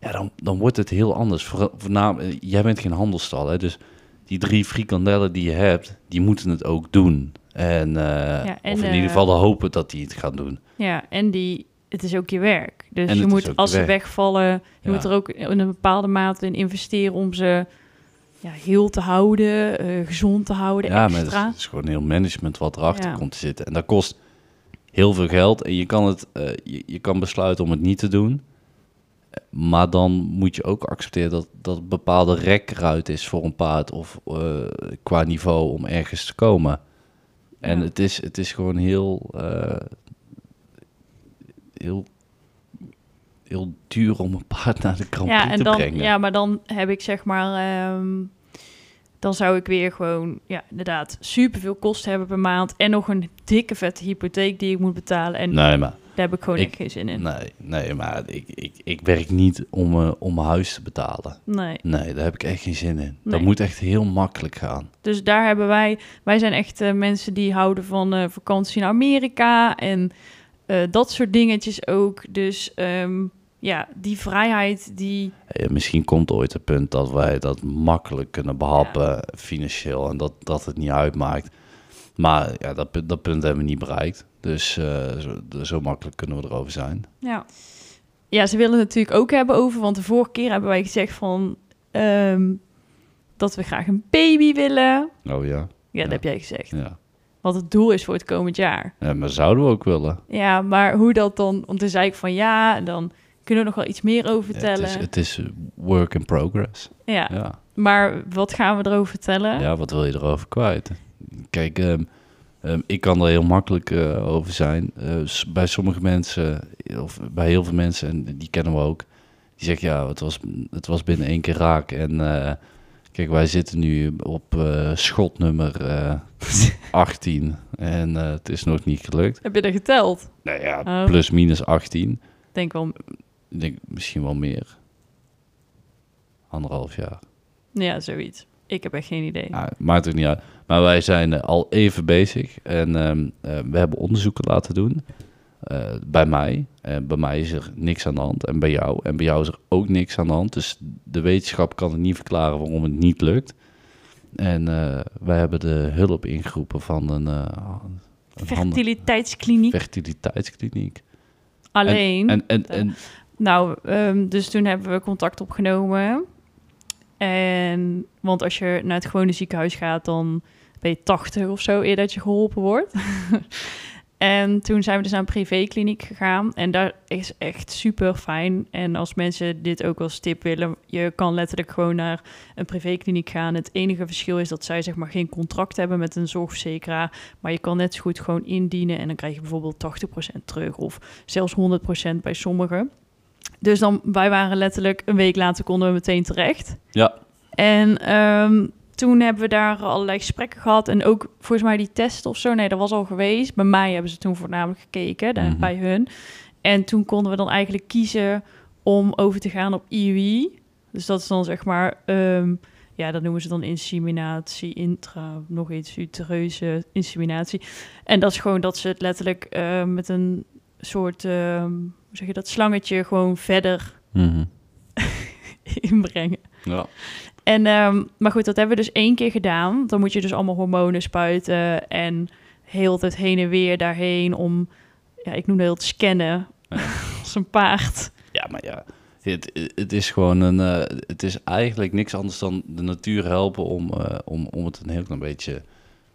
S2: ja, dan, dan wordt het heel anders. Vooral- voornaam- eh, jij bent geen handelstal, hè? dus die drie frikandellen die je hebt, die moeten het ook doen. En, eh,
S1: Ja, en,
S2: of in
S1: eh,
S2: ieder geval de hopen dat die het gaan doen.
S1: Ja, en die, het is ook je werk. Dus
S2: En
S1: je
S2: het is ook
S1: moet,
S2: je
S1: als ze
S2: werk.
S1: wegvallen, je
S2: Ja.
S1: moet er ook in een bepaalde mate in investeren om ze ja, heel te houden, eh, gezond te houden,
S2: Ja, maar het is,
S1: extra.
S2: het is gewoon heel management wat erachter
S1: Ja.
S2: komt te zitten. En dat kost heel veel geld. En je kan, het, eh, je, je kan besluiten om het niet te doen. Maar dan moet je ook accepteren dat, dat een bepaalde rek eruit is voor een paard. Of eh, qua niveau om ergens te komen. En
S1: Ja.
S2: het, is, het is gewoon heel, eh, heel, heel duur om een paard naar de Grand Prix
S1: ja, en
S2: te
S1: dan,
S2: brengen.
S1: ja, maar dan heb ik zeg maar, ehm, dan zou ik weer gewoon, ja, inderdaad, superveel kosten hebben per maand. En nog een dikke vette hypotheek die ik moet betalen. En
S2: Nee, maar
S1: daar heb ik gewoon
S2: Nou, ik- nou,
S1: echt geen zin in.
S2: Nee, nee maar ik, ik, ik werk niet om, eh, om mijn huis te betalen.
S1: Nee.
S2: Nee, daar heb ik echt geen zin in. Dat
S1: Nee.
S2: moet echt heel makkelijk gaan.
S1: Dus daar hebben wij, wij zijn echt eh, mensen die houden van eh, vakantie naar Amerika en eh, dat soort dingetjes ook. Dus ehm, ja, die vrijheid die.
S2: Eh, misschien komt ooit het punt dat wij dat makkelijk kunnen behappen financieel en dat, dat het niet uitmaakt. Maar ja, dat, punt- dat punt hebben we niet bereikt. Dus eh, zo, zo makkelijk kunnen we erover zijn.
S1: Ja. ja, ze willen het natuurlijk ook hebben over, want de vorige keer hebben wij gezegd van ehm, dat we graag een baby willen.
S2: Oh ja.
S1: Ja,
S2: Ja.
S1: dat heb jij gezegd.
S2: ja.
S1: Wat het doel is voor het komend jaar.
S2: Ja, maar zouden we ook willen.
S1: Ja, maar hoe dat dan? Want toen zei ik van ja, en dan kunnen we nog wel iets meer over
S2: Ja, Het
S1: vertellen.
S2: is,
S1: Ja,
S2: het is work in progress. Ja.
S1: maar wat gaan we erover vertellen?
S2: ja, wat wil je erover kwijt? Ik Kijk, ehm, ehm, ik kan er heel makkelijk eh, over zijn. Eh, s- bij sommige mensen, of bij heel veel mensen, en die kennen we ook, die zeggen ja, het was, het was binnen één keer raak. En eh, kijk, wij zitten nu op eh schotnummer eh 18 en eh, het is nog niet gelukt.
S1: Heb je dat geteld?
S2: Nou ja,
S1: Oh.
S2: plus minus 18.
S1: Denk wel,
S2: Ik denk misschien wel meer. Anderhalf jaar.
S1: ja, zoiets. Ik heb echt geen idee.
S2: Ja, Nou, maakt ook niet uit. Maar wij zijn eh, al even bezig en ehm, eh, we hebben onderzoeken laten doen. eh, bij mij. En bij mij is er niks aan de hand. En bij jou. En bij jou is er ook niks aan de hand. Dus de wetenschap kan het niet verklaren waarom het niet lukt. En eh, wij hebben de hulp ingeroepen van een, eh, een handige
S1: Fertiliteitskliniek
S2: fertiliteitskliniek.
S1: alleen.
S2: En, en, en
S1: Nou, ehm, dus toen hebben we contact opgenomen. En, want als je naar het gewone ziekenhuis gaat, dan ben je 80 of zo eer dat je geholpen wordt. en toen zijn we dus naar een privékliniek gegaan. En daar is echt super fijn. En als mensen dit ook als tip willen, je kan letterlijk gewoon naar een privékliniek gaan. Het enige verschil is dat zij zeg maar geen contract hebben met een zorgverzekeraar. Maar je kan net zo goed gewoon indienen en dan krijg je bijvoorbeeld 80% terug. Of zelfs 100% bij sommigen. Dus dan, wij waren letterlijk een week later konden we meteen terecht.
S2: Ja.
S1: En ehm, toen hebben we daar allerlei gesprekken gehad. En ook volgens mij die test of zo. Nee, dat was al geweest. Bij mij hebben ze toen voornamelijk gekeken, daar
S2: Mhm.
S1: bij hun. En toen konden we dan eigenlijk kiezen om over te gaan op IUI. Dus dat is dan zeg maar... ehm, ja, dat noemen ze dan inseminatie, intra, nog iets, utereuze inseminatie. En dat is gewoon dat ze het letterlijk eh, met een soort, ehm, hoe zeg je dat, slangetje gewoon verder inbrengen.
S2: ja.
S1: En, ehm, maar goed, dat hebben we dus één keer gedaan. Dan moet je dus allemaal hormonen spuiten en heel het heen en weer daarheen om, ja, ik noemde het scannen,
S2: Ja.
S1: als een paard.
S2: ja, maar ja. Het, het is gewoon een. eh, het is eigenlijk niks anders dan de natuur helpen om, eh, om, om het een heel klein beetje.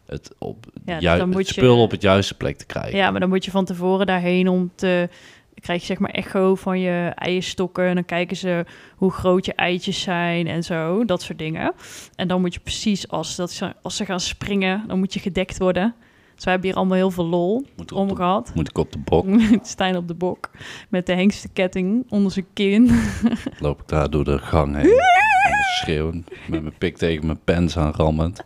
S2: Het, op,
S1: Ja, dus
S2: ju-
S1: dan moet
S2: het
S1: je-
S2: spul op het juiste plek te krijgen.
S1: Ja, maar dan moet je van tevoren daarheen om te... dan krijg je zeg maar echo van je eierstokken. En dan kijken ze hoe groot je eitjes zijn en zo. Dat soort dingen. En dan moet je precies, als, dat ze, als ze gaan springen, dan moet je gedekt worden. Dus wij hebben hier allemaal heel veel lol
S2: moet, ik op
S1: om
S2: de,
S1: gehad.
S2: moet ik op de bok?
S1: Stijn op de bok met de hengstenketting onder zijn kin.
S2: Loop ik daar door de gang heen. Allemaal Schreeuwen. Met mijn pik tegen mijn pens aan rammend.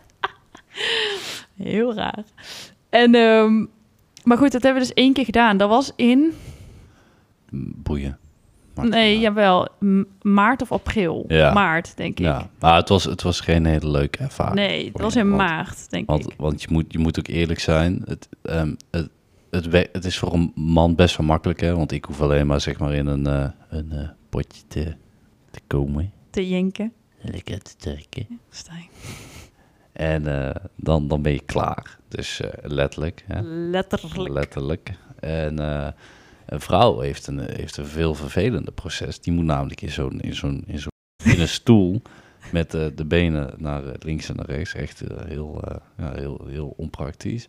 S1: Heel raar. En, ehm, maar goed, dat hebben we dus één keer gedaan. Dat was in,
S2: Mm, Boeien. Maakt
S1: nee,
S2: niet uit.
S1: jawel, m- maart of april.
S2: Ja.
S1: Maart, denk ik.
S2: ja. Maar het was, het was geen hele leuke ervaring.
S1: Nee, het
S2: Voor
S1: was
S2: je,
S1: in
S2: want-
S1: maart, denk ik.
S2: Want, want je, moet, je moet ook eerlijk zijn. Het, ehm, het, het, we- het is voor een man best wel makkelijk, hè? Want ik hoef alleen maar, zeg maar in een, eh, een eh, potje te, te komen.
S1: Te jenken.
S2: Lekker te trekken.
S1: Stijn.
S2: En eh, dan, dan ben je klaar. Dus eh, letterlijk. Hè?
S1: Letterlijk.
S2: Letterlijk. En eh, een vrouw heeft een, heeft een veel vervelender proces. Die moet namelijk in zo'n in zo'n in zo'n in een stoel met eh, de benen naar eh, links en naar rechts. Echt eh, heel, eh, ja, heel, heel onpraktisch.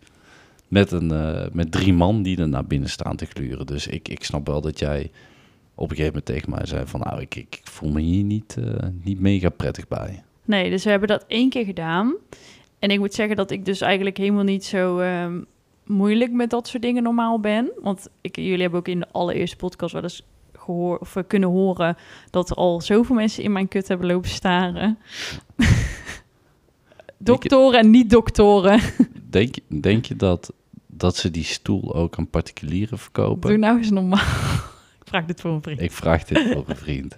S2: Met, een, eh, met drie man die er naar binnen staan te gluren. Dus ik, ik snap wel dat jij op een gegeven moment tegen mij zei van... nou, ik, ik voel me hier niet, eh, niet mega prettig bij.
S1: Nee, dus we hebben dat één keer gedaan. En ik moet zeggen dat ik dus eigenlijk helemaal niet zo ehm, moeilijk met dat soort dingen normaal ben. Want ik, jullie hebben ook in de allereerste podcast wel eens gehoor, of eh, kunnen horen dat er al zoveel mensen in mijn kut hebben lopen staren. doktoren en niet-doktoren.
S2: Denk, je- denk je dat, dat ze die stoel ook aan particulieren verkopen?
S1: Doe nou eens normaal. ik vraag dit voor een vriend.
S2: Ik vraag dit voor een vriend.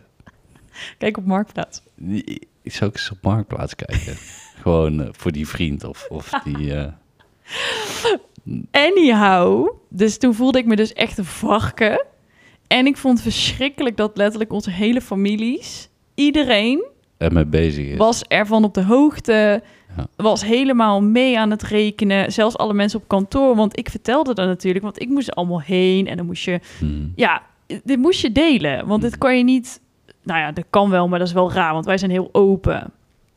S1: Kijk op Marktplaats.
S2: Nee, Ik zou ook eens op Marktplaats kijken. Gewoon eh, voor die vriend of, of die... eh,
S1: Anyhow, dus toen voelde ik me dus echt een varken. En ik vond het verschrikkelijk dat letterlijk onze hele families, iedereen
S2: ermee bezig is.
S1: was ervan op de hoogte,
S2: Ja.
S1: was helemaal mee aan het rekenen. Zelfs alle mensen op kantoor, want ik vertelde dat natuurlijk, want ik moest er allemaal heen en dan moest je,
S2: Hmm.
S1: ja, dit moest je delen, want dit kon je niet, nou ja, dat kan wel, maar dat is wel raar, want wij zijn heel open.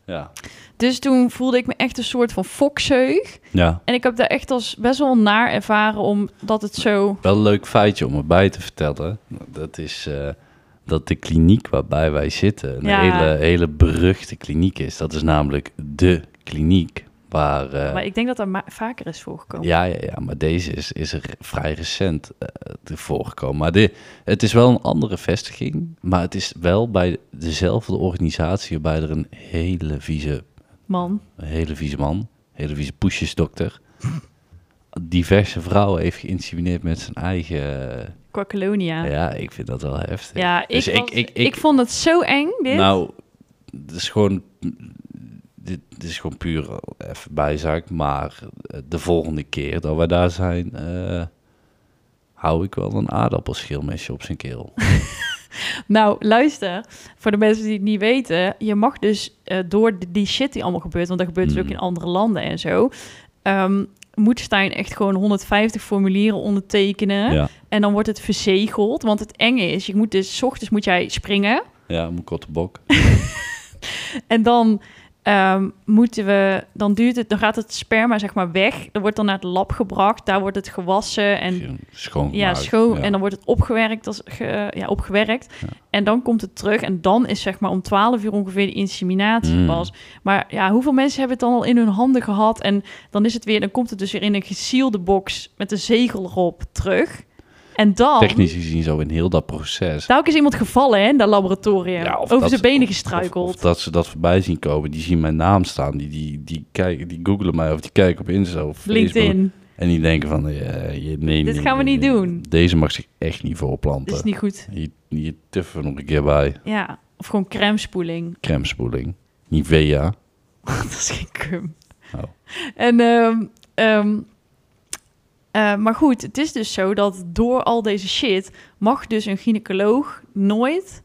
S2: Ja.
S1: Dus toen voelde ik me echt een soort van fokzeug.
S2: ja,
S1: En ik heb daar echt als best wel naar ervaren, omdat het zo...
S2: wel een leuk feitje om erbij te vertellen. Dat is eh, dat de kliniek waarbij wij zitten... een
S1: Ja.
S2: hele, hele beruchte kliniek is. Dat is namelijk de kliniek Maar, eh,
S1: Maar ik denk dat dat ma- vaker is voorgekomen.
S2: ja, ja, ja, maar deze is, is er vrij recent eh, te voorgekomen. Maar de, het is wel een andere vestiging, maar het is wel bij dezelfde organisatie... waarbij er een hele vieze
S1: Man.
S2: een hele vieze man, een hele vieze poesjesdokter, diverse vrouwen heeft geïnsemineerd met zijn eigen...
S1: Quackelonia.
S2: Ja,
S1: Ja,
S2: ik vind dat wel heftig.
S1: ik,
S2: Dus ik-
S1: was-
S2: ik- ik-
S1: ik vond het zo eng, dit.
S2: nou, het is gewoon... Dit, dit is gewoon puur even bijzaak, maar eh, de volgende keer dat we daar zijn, eh, hou ik wel een aardappelschilmesje op zijn keel.
S1: Nou, luister. Voor de mensen die het niet weten. Je mag dus eh, door de- die shit die allemaal gebeurt... want dat gebeurt dus
S2: Mm.
S1: ook in andere landen en zo... ehm, moet Stijn echt gewoon 150 formulieren ondertekenen.
S2: Ja,
S1: En dan wordt het verzegeld. Want het enge is, je moet dus... 's ochtends moet jij springen.
S2: ja mijn kotte bok.
S1: En dan ehm, moeten we... Dan, duurt het, dan gaat het sperma zeg maar weg. Dat wordt dan naar het lab gebracht. Daar wordt het gewassen en Ja,
S2: Schoongemaakt.
S1: schoon.
S2: Ja.
S1: En dan wordt het opgewerkt. Als, ge- ja, opgewerkt.
S2: Ja.
S1: En dan komt het terug. En dan is zeg maar om 12 uur ongeveer de inseminatie
S2: Mm.
S1: pas. Maar ja, hoeveel mensen hebben het dan al in hun handen gehad? En dan is het weer, dan komt het dus weer in een gesielde box met een zegel erop terug. En dan.
S2: Technisch gezien zo in heel dat proces.
S1: Daar ook is iemand gevallen hè, in dat laboratorium.
S2: of
S1: Over
S2: dat
S1: zijn
S2: ze-
S1: benen
S2: of-
S1: gestruikeld.
S2: Of, of dat ze dat voorbij zien komen. Die zien mijn naam staan. Die, die, die, kijken, die googelen mij of die kijken op Insta of Facebook.
S1: LinkedIn.
S2: En die denken van, eh, je nee,
S1: Dit
S2: nee,
S1: gaan we
S2: nee,
S1: niet
S2: nee.
S1: doen.
S2: Deze mag zich echt niet
S1: Dat is
S2: voorplanten.
S1: niet goed.
S2: Je, je tuffen we nog een keer bij.
S1: Ja. Of gewoon crèmespoeling.
S2: Cremspoeling. Nivea.
S1: Dat is geen cum.
S2: Oh.
S1: En, ehm, ehm, eh, maar goed, het is dus zo dat door al deze shit mag dus een gynaecoloog nooit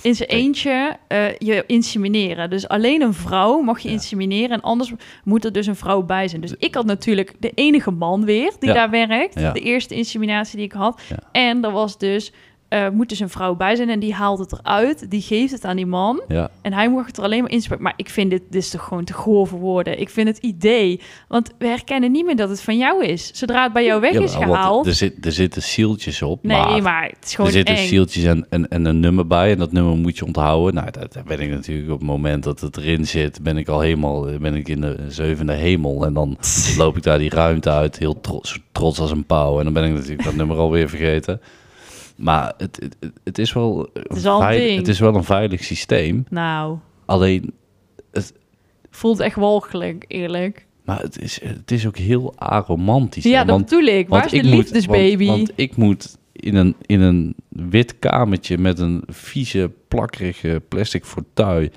S1: in zijn
S2: Nee.
S1: eentje eh, je insemineren. Dus alleen een vrouw mag je
S2: Ja.
S1: insemineren en anders moet er dus een vrouw bij zijn. Dus ik had natuurlijk de enige man weer die
S2: Ja.
S1: daar werkt.
S2: Ja.
S1: De eerste inseminatie die ik had.
S2: Ja.
S1: En er was dus, eh moet dus een vrouw bij zijn en die haalt het eruit. Die geeft het aan die man.
S2: Ja.
S1: En hij mag het er alleen maar inspreken. Maar ik vind dit, dit is toch gewoon te goor voor woorden. Ik vind het idee. Want we herkennen niet meer dat het van jou is. Zodra het bij jou weg is
S2: Jawel, want
S1: gehaald.
S2: er, zit, er zitten zieltjes op.
S1: nee, maar,
S2: maar
S1: het is
S2: er
S1: gewoon
S2: zitten
S1: eng.
S2: zieltjes en, en, en een nummer bij. En dat nummer moet je onthouden. Nou, dat, dat ben ik natuurlijk op het moment dat het erin zit. Ben ik al helemaal eh, ben ik in de zevende hemel. En dan loop ik daar die ruimte uit. Heel trots, trots als een pauw. En dan ben ik natuurlijk dat nummer alweer vergeten. Maar het, het, het- het is wel een
S1: is al een
S2: veil-
S1: ding.
S2: het is wel een veilig systeem.
S1: Nou,
S2: Alleen,
S1: voelt echt walgelijk, eerlijk.
S2: maar het is, het is ook heel aromantisch.
S1: ja,
S2: hè,
S1: dat bedoel ik. Waar is de dus, liefdesbaby?
S2: Moet, want, want ik moet in een, in een wit kamertje met een vieze, plakkerige plastic fauteuil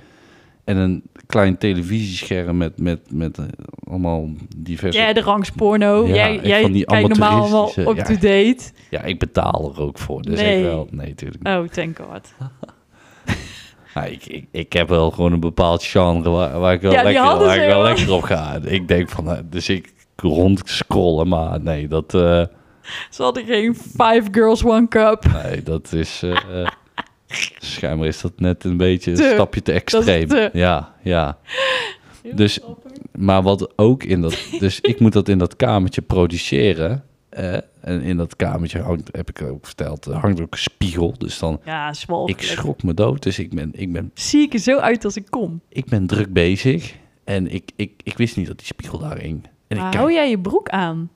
S2: en een klein televisiescherm met, met, met eh, allemaal diverse...
S1: Jij de rangsporno.
S2: Ja,
S1: jij
S2: echt
S1: jij
S2: van die
S1: kijkt normaal allemaal
S2: amateuristische- ja.
S1: up-to-date.
S2: Ja, ik betaal er ook voor, dus
S1: Nee.
S2: ik wel. Nee, natuurlijk niet.
S1: Oh, thank god.
S2: Nou, ik, ik, ik heb wel gewoon een bepaald genre waar, waar ik wel,
S1: Ja, die
S2: lekker,
S1: hadden
S2: waar
S1: ze
S2: ik wel
S1: wel.
S2: lekker op ga. Ik denk van, eh, dus ik rondscrollen, maar nee, dat... eh,
S1: Ze hadden geen five girls, one cup.
S2: Nee, dat is. eh, eh, schijnbaar is dat net een beetje een
S1: Te.
S2: stapje te extreem.
S1: te.
S2: Ja, ja. Dus, maar wat ook in dat. Dus ik moet dat in dat kamertje produceren. eh, en in dat kamertje hangt, heb ik ook verteld, er hangt ook een spiegel. Dus dan.
S1: Ja, zwalgelijk.
S2: Ik schrok me dood. Dus ik ben, ik ben,
S1: Zie ik er zo uit als ik kom.
S2: ik ben druk bezig. En ik, ik, ik wist niet dat die spiegel daar hing. En ik
S1: Maar
S2: kijk
S1: hou jij je broek aan?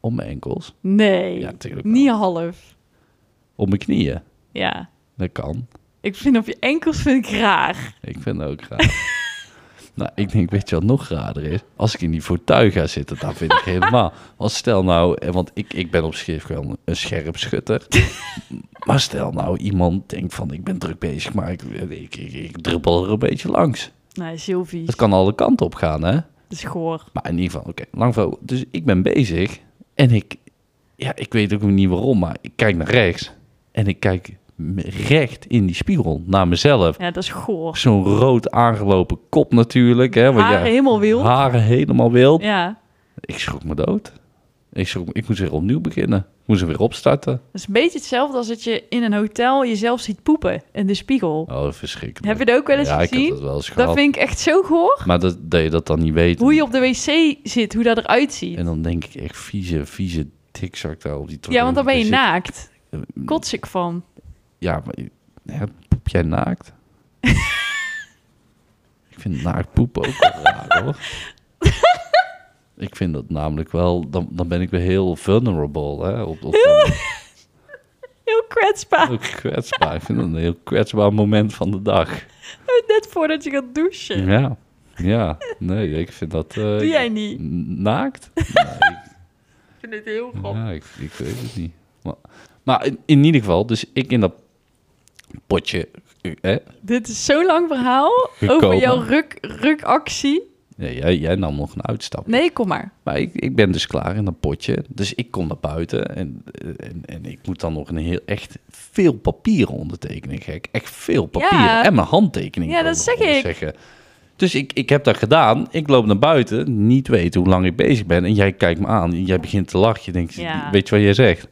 S2: om mijn enkels.
S1: Nee.
S2: Ja, natuurlijk. wel.
S1: Niet half.
S2: Om mijn knieën.
S1: Ja.
S2: Dat kan.
S1: Ik vind op je enkels vind ik raar.
S2: Ik vind het ook raar. nou, ik denk, weet je wat nog raarder is? Als ik in die fauteuil ga zitten, dan vind ik helemaal... Want stel nou, eh, want ik, ik ben op schrift wel een scherp schutter. maar stel nou, iemand denkt van, ik ben druk bezig, maar ik, eh, ik, ik, ik druppel er een beetje langs.
S1: Nee, is heel vies.
S2: Het kan alle kanten op gaan, hè?
S1: Dat is goor.
S2: Maar in ieder geval, oké, lang verhaal. Dus ik ben bezig en ik... Ja, ik weet ook niet waarom, maar ik kijk naar rechts. En ik kijk m- recht in die spiegel, naar mezelf.
S1: Ja, dat is goor.
S2: Zo'n rood aangelopen kop natuurlijk. Hè, want
S1: Haren
S2: ja,
S1: helemaal wild.
S2: haren helemaal wild.
S1: Ja.
S2: Ik schrok me dood. Ik, schrok, ik moest weer opnieuw beginnen. Ik moest hem weer opstarten.
S1: Dat is een beetje hetzelfde als dat je in een hotel jezelf ziet poepen in de spiegel.
S2: Oh, verschrikkelijk.
S1: Heb je dat ook wel eens
S2: ja, ik heb
S1: gezien?
S2: dat wel eens gehad.
S1: Dat vind ik echt zo goor.
S2: Maar dat, dat je dat dan niet weet.
S1: Hoe je op de wc zit, hoe dat eruit ziet.
S2: En dan denk ik echt vieze, vieze dikzak daar op die toilet.
S1: Ja, want dan ben je
S2: zit-
S1: naakt. Kots ik van.
S2: Ja, maar hè, poep jij naakt? ik vind naakt poepen ook wel raar, hoor. Ik vind dat namelijk wel, dan, dan ben ik weer heel vulnerable. Hè? Op, op dan
S1: Heel kwetsbaar.
S2: ook kwetsbaar. Ik vind dat een heel kwetsbaar moment van de dag.
S1: Net voordat je gaat douchen.
S2: Ja, ja. Nee, ik vind dat... eh,
S1: Doe jij niet?
S2: Naakt? Nee, ik-
S1: Ik vind het heel grappig.
S2: Ja, ik, ik weet het niet. Maar, maar in, in ieder geval, dus ik in dat potje. eh,
S1: Dit is zo'n lang verhaal over
S2: Gekomen.
S1: jouw ruk, rukactie.
S2: Ja, jij, jij nam nog een uitstap.
S1: Nee, kom maar.
S2: Maar ik, ik ben dus klaar in dat potje. Dus ik kom naar buiten en, eh, en, en ik moet dan nog een heel, echt veel papieren ondertekenen, gek. Echt veel papieren.
S1: Ja.
S2: En mijn handtekening.
S1: Ja,
S2: ook
S1: dat
S2: nog
S1: zeg ik.
S2: onderzeggen. Dus ik, ik heb dat gedaan. Ik loop naar buiten, niet weten hoe lang ik bezig ben. En jij kijkt me aan en jij begint te lachen. Je denkt,
S1: Ja.
S2: weet je wat jij zegt?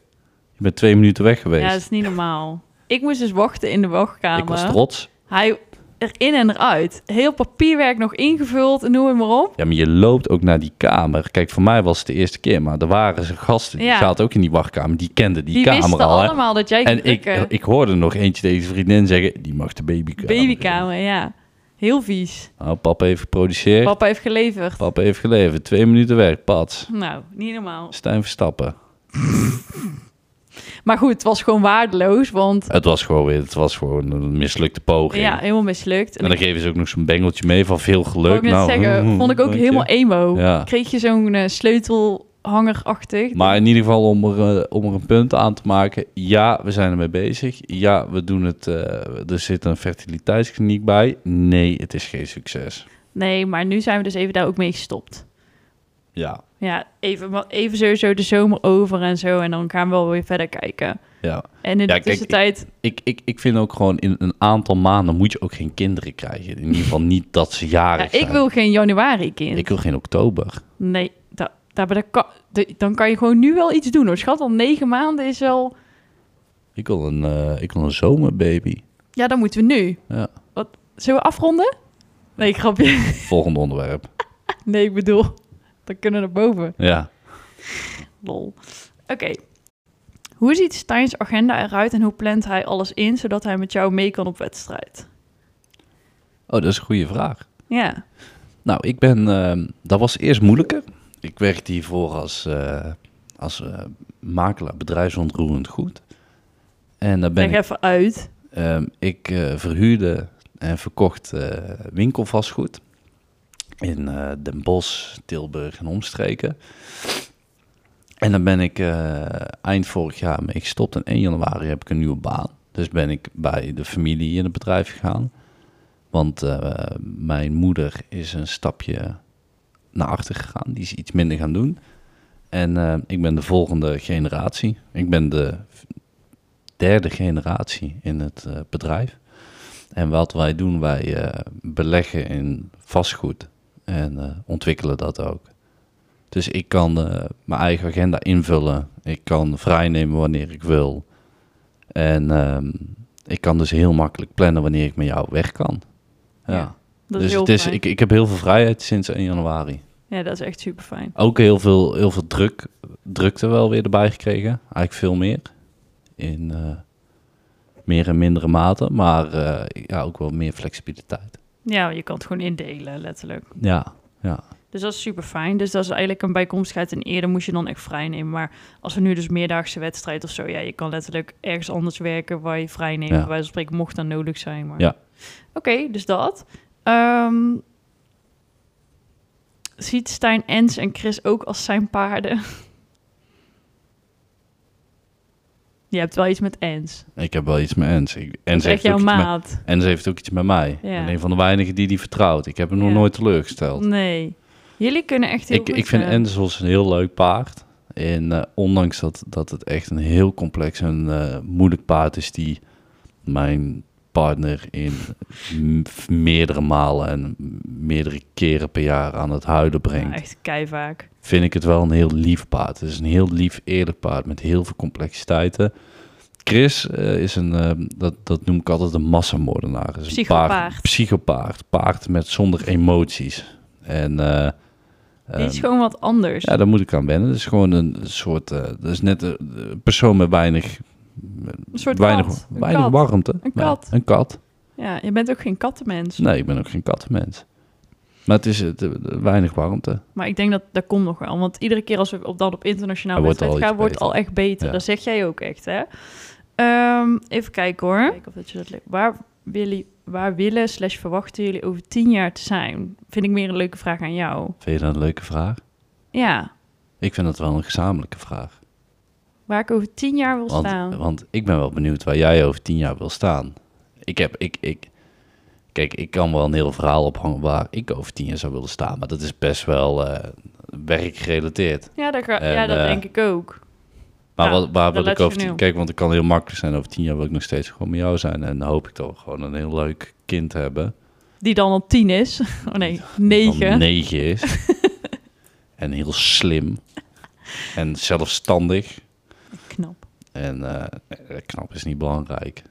S2: Je bent twee minuten weg geweest.
S1: Ja, dat is niet normaal. Ik moest dus wachten in de wachtkamer.
S2: ik was trots.
S1: Hij erin en eruit. Heel papierwerk nog ingevuld, noem het maar op.
S2: Ja, maar je loopt ook naar die kamer. Kijk, voor mij was het de eerste keer, maar er waren ze gasten. Die
S1: Ja.
S2: zaten ook in die wachtkamer. Die kenden die,
S1: Die
S2: kamer
S1: wisten
S2: al. hè.
S1: allemaal dat jij
S2: En ik, eh,
S1: drukken.
S2: ik hoorde nog eentje deze vriendin zeggen, die mag de babykamer. in.
S1: Babykamer, ja. Heel vies.
S2: Nou, papa heeft geproduceerd, papa,
S1: Papa heeft geleverd.
S2: heeft geleverd. Twee minuten werk, pats.
S1: Nou, niet normaal.
S2: Stijn Verstappen.
S1: Maar goed, het was gewoon waardeloos, want
S2: Het was gewoon weer, het was gewoon een mislukte poging.
S1: ja, helemaal mislukt.
S2: En dan geven ze ook nog zo'n bengeltje mee van veel
S1: wou
S2: geluk.
S1: ik net
S2: nou,
S1: zeggen,
S2: mm,
S1: vond ik ook
S2: dank je.
S1: helemaal emo.
S2: Ja.
S1: Kreeg je zo'n eh, sleutelhangerachtig.
S2: Maar in ieder geval om er, eh, om er een punt aan te maken. Ja, we zijn ermee bezig. Ja, we doen het. eh, er zit een fertiliteitskliniek bij. Nee, het is geen succes.
S1: Nee, maar nu zijn we dus even daar ook mee gestopt.
S2: Ja,
S1: Ja, even, wa- even sowieso de zomer over en zo. En dan gaan we wel weer verder kijken.
S2: ja.
S1: En in
S2: Ja,
S1: de
S2: kijk,
S1: tussentijd...
S2: Ik, ik, ik vind ook gewoon in een aantal maanden moet je ook geen kinderen krijgen. In ieder geval niet dat ze
S1: ja,
S2: jarig
S1: ik
S2: zijn.
S1: wil geen januari kind.
S2: ik wil geen oktober.
S1: Nee, da, daar, maar dat kan, de- dan kan je gewoon nu wel iets doen hoor. Schat, al negen maanden is wel...
S2: Ik wil een, eh, ik wil een zomerbaby.
S1: Ja, dan moeten we nu.
S2: Ja.
S1: Wat, zullen we afronden? Nee, grapje.
S2: Volgende onderwerp.
S1: Nee, ik bedoel, dan kunnen we naar boven.
S2: Ja.
S1: Lol. Oké. Hoe ziet Stijn's agenda eruit en hoe plant hij alles in, zodat hij met jou mee kan op wedstrijd?
S2: Oh, dat is een goede vraag.
S1: Ja.
S2: Nou, ik ben. ehm, dat was eerst moeilijker. Ik werkte hiervoor als, eh, als eh, makelaar bedrijfsontroerend goed. En daar ben
S1: Leg even uit.
S2: ik. ehm, ik eh, verhuurde en verkocht eh, winkelvastgoed. In eh, Den Bosch, Tilburg en omstreken. En dan ben ik eh, eind vorig jaar mee gestopt. En 1 januari heb ik een nieuwe baan. Dus ben ik bij de familie in het bedrijf gegaan. Want eh, mijn moeder is een stapje naar achter gegaan. Die is iets minder gaan doen. En eh, ik ben de volgende generatie. Ik ben de v- derde generatie in het eh, bedrijf. En wat wij doen, wij eh, beleggen in vastgoed en eh, ontwikkelen dat ook. Dus ik kan eh, mijn eigen agenda invullen. Ik kan vrijnemen wanneer ik wil. En ehm, ik kan dus heel makkelijk plannen wanneer ik met jou weg kan.
S1: Ja,
S2: ja
S1: Dat is
S2: dus
S1: heel
S2: het is,
S1: fijn.
S2: ik, ik heb heel veel vrijheid sinds 1 januari.
S1: Ja, dat is echt super fijn.
S2: Ook heel veel, heel veel druk, drukte wel weer erbij gekregen. Eigenlijk veel meer. In eh, meer en mindere mate. Maar eh, ja, ook wel meer flexibiliteit.
S1: Ja, je kan het gewoon indelen, letterlijk.
S2: Ja, ja.
S1: Dus dat is super fijn. Dus dat is eigenlijk een bijkomstigheid. En eerder moest je dan echt vrij nemen. Maar als we nu dus meerdaagse wedstrijd of zo, ja, je kan letterlijk ergens anders werken waar je vrij neemt.
S2: Ja.
S1: Bij wijze van spreken mocht dat nodig zijn. Maar...
S2: Ja.
S1: Oké, dus dat. Ehm, ziet Stijn Ens en Chris ook als zijn paarden? Je hebt wel iets met Ens.
S2: Ik heb wel iets met Ens. Ik, Ens,
S1: Zeg
S2: heeft
S1: jouw
S2: ook iets met,
S1: maat.
S2: Ens heeft ook iets met mij. Ik ben een van de weinigen die die vertrouwt. Ik heb hem nog
S1: Ja.
S2: nooit teleurgesteld.
S1: Nee. Jullie kunnen echt heel
S2: ik,
S1: goed,
S2: ik vind
S1: eh,
S2: Enzels een heel leuk paard. En eh, ondanks dat, dat het echt een heel complex en eh, moeilijk paard is, die mijn partner in m- meerdere malen en meerdere keren per jaar aan het huilen
S1: nou,
S2: brengt,
S1: echt keivaak.
S2: vind ik het wel een heel lief paard. Het is een heel lief, eerlijk paard met heel veel complexiteiten. Chris eh, is een, eh, dat, dat noem ik altijd een massamoordenaar. Is een
S1: Psychopaard.
S2: Paard, psychopaard. Paard met zonder emoties. En, eh,
S1: Die is
S2: ehm,
S1: gewoon wat anders.
S2: ja, daar moet ik aan wennen. Dat is gewoon een soort. eh dat is net een een persoon met weinig.
S1: Een soort
S2: weinig,
S1: kat. Een
S2: weinig
S1: kat.
S2: warmte.
S1: Een
S2: Ja,
S1: kat.
S2: een kat.
S1: Ja, je bent ook geen kattenmens.
S2: Nee, ik ben ook geen kattenmens. Maar het is eh, te- weinig warmte.
S1: Maar ik denk dat dat komt nog wel. Want iedere keer als we op, dan op internationaal
S2: Hij wordt
S1: wedstrijd gaan,
S2: al iets
S1: wordt
S2: beter.
S1: al echt beter.
S2: Ja.
S1: Dat zeg jij ook echt, hè? Ehm, even kijken hoor. Kijken of dat je dat lukt. Waar, willen- waar willen slash verwachten jullie over tien jaar te zijn? Vind ik meer een leuke vraag aan jou.
S2: Vind je dat een leuke vraag?
S1: Ja,
S2: Ik vind dat wel een gezamenlijke vraag.
S1: waar ik over tien jaar wil staan.
S2: Want, want ik ben wel benieuwd waar jij over tien jaar wil staan. Ik heb, ik, ik, kijk, ik kan wel een heel verhaal ophangen waar ik over tien jaar zou willen staan. Maar dat is best wel eh, werkgerelateerd.
S1: ja, dat, ga-
S2: en,
S1: ja, dat
S2: eh,
S1: denk ik ook.
S2: Maar
S1: Ja,
S2: wat, waar wil ik over
S1: relationeel.
S2: tien Kijk, want het kan heel makkelijk zijn. Over tien jaar wil ik nog steeds gewoon met jou zijn. En dan hoop ik toch gewoon een heel leuk kind hebben.
S1: Die dan al tien is. Oh nee,
S2: die dan
S1: negen.
S2: negen is. en heel slim. En zelfstandig.
S1: Knap.
S2: En eh, knap is niet belangrijk.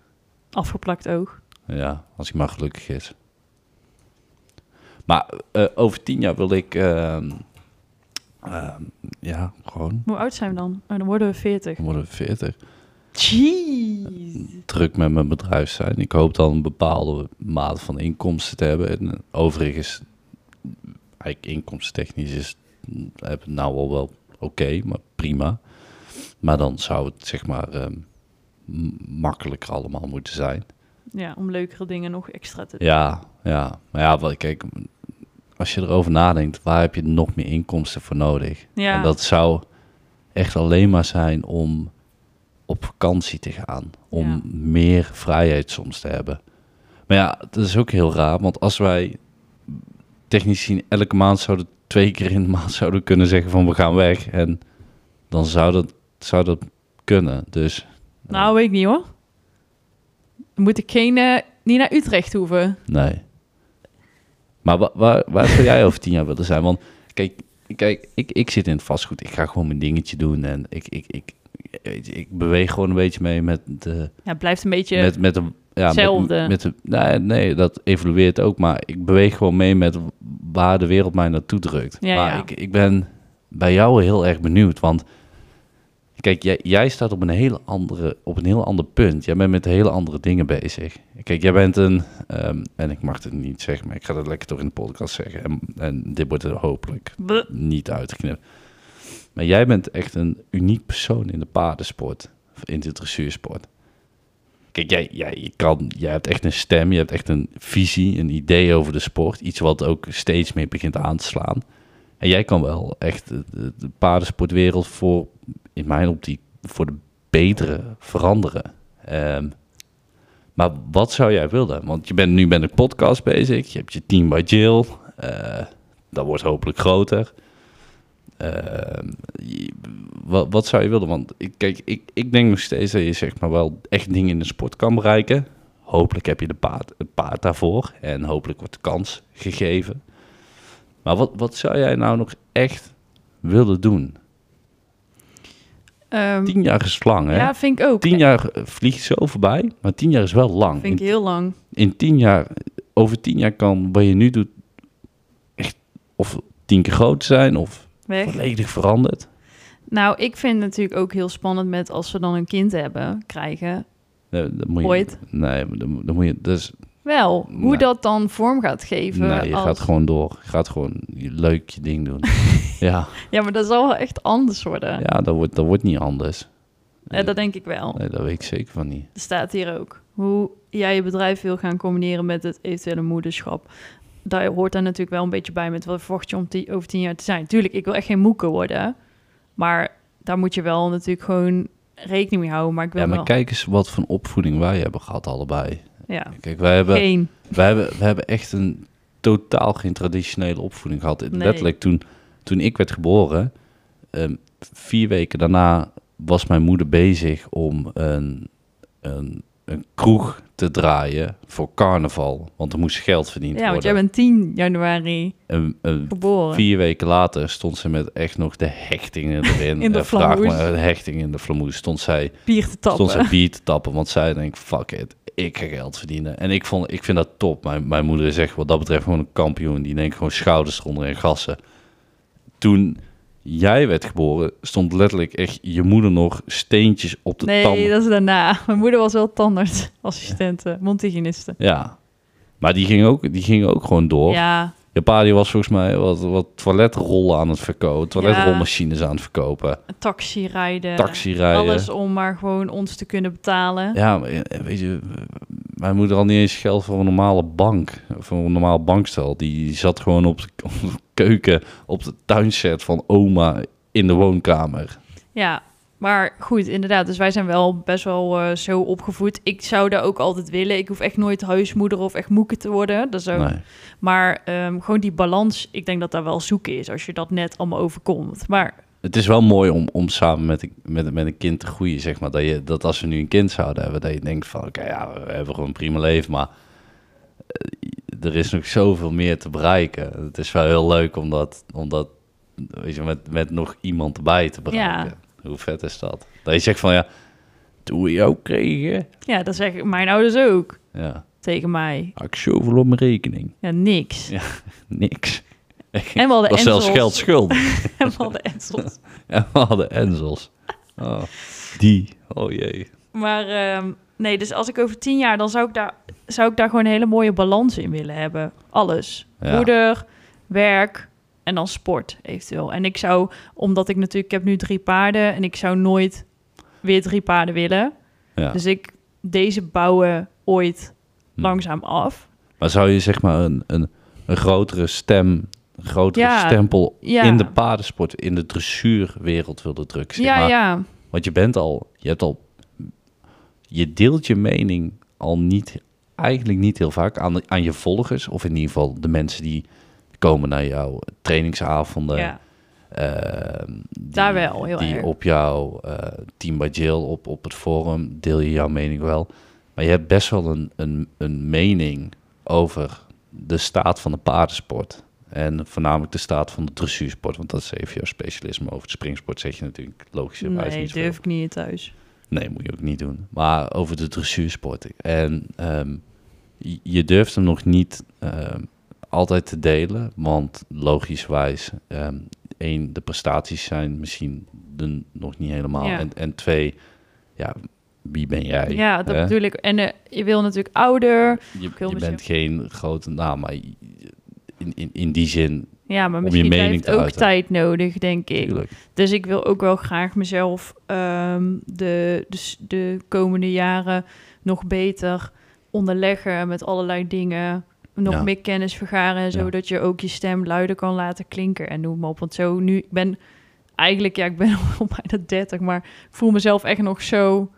S1: Afgeplakt oog.
S2: Ja, als hij maar gelukkig is. Maar eh, over tien jaar wil ik... ehm, ehm, ja, gewoon.
S1: Hoe oud zijn we dan? Oh, dan worden we veertig.
S2: Dan worden we veertig.
S1: Jeez.
S2: Druk met mijn bedrijf zijn. Ik hoop dan een bepaalde mate van inkomsten te hebben. En eh, overigens, eigenlijk inkomstentechnisch is heb het nou al wel oké, maar prima. Maar dan zou het zeg maar ehm, m- makkelijker allemaal moeten zijn.
S1: Ja, om leukere dingen nog extra te doen.
S2: Ja, ja. Maar ja, wel, kijk, als je erover nadenkt, waar heb je nog meer inkomsten voor nodig?
S1: Ja.
S2: En dat zou echt alleen maar zijn om op vakantie te gaan. Om
S1: Ja.
S2: meer vrijheid soms te hebben. Maar ja, dat is ook heel raar, want als wij technisch gezien elke maand zouden, twee keer in de maand zouden kunnen zeggen van we gaan weg. En dan zou dat, zou dat kunnen. Dus
S1: Nou, weet ik niet hoor. Dan moet ik geen, eh, niet naar Utrecht hoeven.
S2: Nee. Maar wa- waar, waar zou jij over tien jaar willen zijn? Want kijk, kijk ik, ik zit in het vastgoed. Ik ga gewoon mijn dingetje doen. En ik, ik, ik, ik, ik beweeg gewoon een beetje mee met eh, de...
S1: Ja, het blijft een beetje...
S2: Met, met de ja,
S1: Hetzelfde.
S2: Met, met de, nee, nee, dat evolueert ook. Maar ik beweeg gewoon mee met waar de wereld mij naartoe drukt.
S1: Ja,
S2: maar
S1: ja.
S2: Ik, ik ben bij jou heel erg benieuwd. Want kijk, jij, jij staat op een, hele andere, op een heel ander punt. Jij bent met hele andere dingen bezig. Kijk, jij bent een... ehm, en ik mag het niet zeggen, maar ik ga dat lekker toch in de podcast zeggen. En, en dit wordt er hopelijk
S1: Bleh.
S2: niet uitgeknipt. Maar jij bent echt een uniek persoon in de paardensport, of in de dressuursport. Kijk, jij, jij, je kan, jij hebt echt een stem, je hebt echt een visie, een idee over de sport. Iets wat ook steeds meer begint aan te slaan. En jij kan wel echt de, de- de paardensportwereld voor, in mijn optiek, voor de betere veranderen. Ehm, maar wat zou jij willen? Want je bent nu met een podcast bezig, je hebt je team bij Jill, eh, dat wordt hopelijk groter. Ehm, je- wat, wat zou je willen? Want ik, kijk, ik, ik denk nog steeds dat je zeg maar wel echt dingen in de sport kan bereiken. Hopelijk heb je de paard, het paard daarvoor en hopelijk wordt de kans gegeven. Maar wat, wat zou jij nou nog echt willen doen?
S1: Ehm,
S2: Tien jaar is lang, hè?
S1: ja, vind ik ook.
S2: Tien jaar eh, vliegt zo voorbij, maar tien jaar is wel lang.
S1: Vind ik heel lang.
S2: in tien jaar, over tien jaar kan wat je nu doet echt of tien keer groot zijn of
S1: Weg.
S2: volledig veranderd.
S1: Nou, ik vind het natuurlijk ook heel spannend met als we dan een kind hebben, krijgen.
S2: Nee, dat Eh, moet je,
S1: Ooit.
S2: Nee, maar dan, dan moet je dus.
S1: Wel, hoe
S2: Nee.
S1: dat dan vorm gaat geven.
S2: nee, je
S1: als-
S2: gaat gewoon door. Je gaat gewoon je leuk je ding doen. ja,
S1: Ja, maar dat zal wel echt anders worden.
S2: ja dat, wordt, dat wordt niet anders.
S1: Eh, dat denk ik wel.
S2: Nee, dat weet ik zeker van niet.
S1: Er staat hier ook hoe jij je bedrijf wil gaan combineren met het eventuele moederschap. Daar hoort daar natuurlijk wel een beetje bij met wat verwacht je om ti- over tien jaar te zijn. Tuurlijk, ik wil echt geen moeke worden. Maar daar moet je wel natuurlijk gewoon rekening mee houden. Maar ik wil
S2: Ja, maar
S1: wel...
S2: kijk eens wat voor opvoeding wij hebben gehad allebei.
S1: ja,
S2: Kijk, wij hebben,
S1: geen.
S2: wij hebben, wij hebben echt een totaal geen traditionele opvoeding gehad. Letterlijk toen, toen ik werd geboren, ehm, vier weken daarna was mijn moeder bezig om een, een, een kroeg te draaien voor carnaval. Want er moest geld verdiend
S1: Ja, want jij
S2: worden.
S1: bent 10 januari
S2: Een- een
S1: geboren.
S2: Vier weken later stond ze met echt nog de hechtingen erin.
S1: In de
S2: Eh, vraag
S1: flamoes.
S2: me, de hechting in de flamoes. Stond zij,
S1: Bier te tappen.
S2: stond zij bier te tappen, want zij denkt, fuck it, ik ga geld verdienen. En ik, vond, ik vind dat top. Mijn, mijn moeder is echt wat dat betreft gewoon een kampioen. Die denkt gewoon schouders eronder en gassen. Toen jij werd geboren, stond letterlijk echt je moeder nog steentjes op de
S1: nee,
S2: tanden.
S1: dat is daarna. Mijn moeder was wel tandartsassistente, mondhygiëniste.
S2: Ja, maar die ging ook, die ging ook gewoon door.
S1: Ja,
S2: Japani was volgens mij wat, wat toiletrollen aan het verkopen. Toiletrolmachines aan het verkopen.
S1: Een taxi rijden.
S2: Taxi rijden.
S1: Alles om maar gewoon ons te kunnen betalen.
S2: Ja, maar, eh, weet je, eh, wij moeder had niet eens geld voor een normale bank. Voor een normaal bankstel. Die zat gewoon op de, op de keuken, op de tuinset van oma in de woonkamer.
S1: Ja, maar goed, inderdaad. Dus wij zijn wel best wel eh, zo opgevoed. Ik zou daar ook altijd willen. Ik hoef echt nooit huismoeder of echt moeke te worden. Dat is ook-
S2: Nee.
S1: Maar ehm, gewoon die balans, ik denk dat daar wel zoeken is als je dat net allemaal overkomt. Maar
S2: Het is wel mooi om, om samen met, een- met, met een kind te groeien, zeg maar. Dat, je, dat als we nu een kind zouden hebben, dat je denkt van... Oké, ja, we hebben gewoon een prima leven, maar... eh, Er is nog zoveel meer te bereiken. Het is wel heel leuk om dat, om dat weet je, met, met nog iemand erbij te bereiken. Hoe vet is dat? Dat je zegt van, ja, doe je ook kregen?
S1: ja, dat zeggen mijn ouders ook
S2: Ja,
S1: tegen mij.
S2: had ik zoveel op mijn rekening.
S1: Ja, niks.
S2: Ja, Niks.
S1: En we hadden
S2: Dat is zelfs
S1: Enzels.
S2: geld schuldig.
S1: En we hadden Enzels.
S2: en we hadden Enzels. Oh, die. Oh jee.
S1: Maar ehm, nee, dus als ik over tien jaar, dan zou ik daar, zou ik daar gewoon een hele mooie balans in willen hebben. Alles.
S2: Ja.
S1: Moeder, werk en dan sport eventueel. En ik zou, omdat ik natuurlijk, ik heb nu drie paarden en ik zou nooit weer drie paarden willen.
S2: Ja.
S1: Dus ik, deze bouwen ooit
S2: Hm.
S1: langzaam af.
S2: Maar zou je zeg maar een, een, een grotere stem, een grotere
S1: Ja,
S2: stempel
S1: ja.
S2: in de paardensport, in de dressuurwereld willen drukken? Zeg
S1: ja,
S2: maar?
S1: ja.
S2: Want je bent al, je hebt al, je deelt je mening al niet, eigenlijk niet heel vaak aan, aan je volgers, of in ieder geval de mensen die komen naar jouw trainingsavonden.
S1: ja.
S2: ehm, die,
S1: Daar wel, heel
S2: die
S1: erg.
S2: op jouw eh, team bij Jill, op, op het forum, deel je jouw mening wel. Maar je hebt best wel een, een, een mening over de staat van de paardensport. En voornamelijk de staat van de dressuursport. Want dat is even jouw specialisme. Over de springsport zeg je natuurlijk logischerwijs
S1: Nee,
S2: niet veel.
S1: durf ik niet thuis.
S2: Nee, moet je ook niet doen. Maar over de dressuursport. En ehm, je- je durft hem nog niet ehm, altijd te delen. Want logischwijs, ehm één, de prestaties zijn misschien de- nog niet helemaal.
S1: Ja.
S2: En, en twee, ja, wie ben jij?
S1: Ja, dat
S2: Hè?
S1: bedoel ik. En eh, je wil natuurlijk ouder.
S2: Je,
S1: wil
S2: je
S1: misschien-
S2: bent geen grote naam, maar je- in, in, in die zin,
S1: Ja, maar
S2: je
S1: misschien
S2: mening
S1: heeft
S2: te
S1: ook
S2: uiten.
S1: tijd nodig, denk ik.
S2: natuurlijk.
S1: Dus ik wil ook wel graag mezelf ehm, de, de, s- de komende jaren nog beter onderleggen met allerlei dingen. Nog
S2: Ja.
S1: meer kennis vergaren, zodat je ook je stem luider kan laten klinken en noem maar op. Want zo nu, ik ben eigenlijk, ja, ik ben al bijna 30, maar ik voel mezelf echt nog zo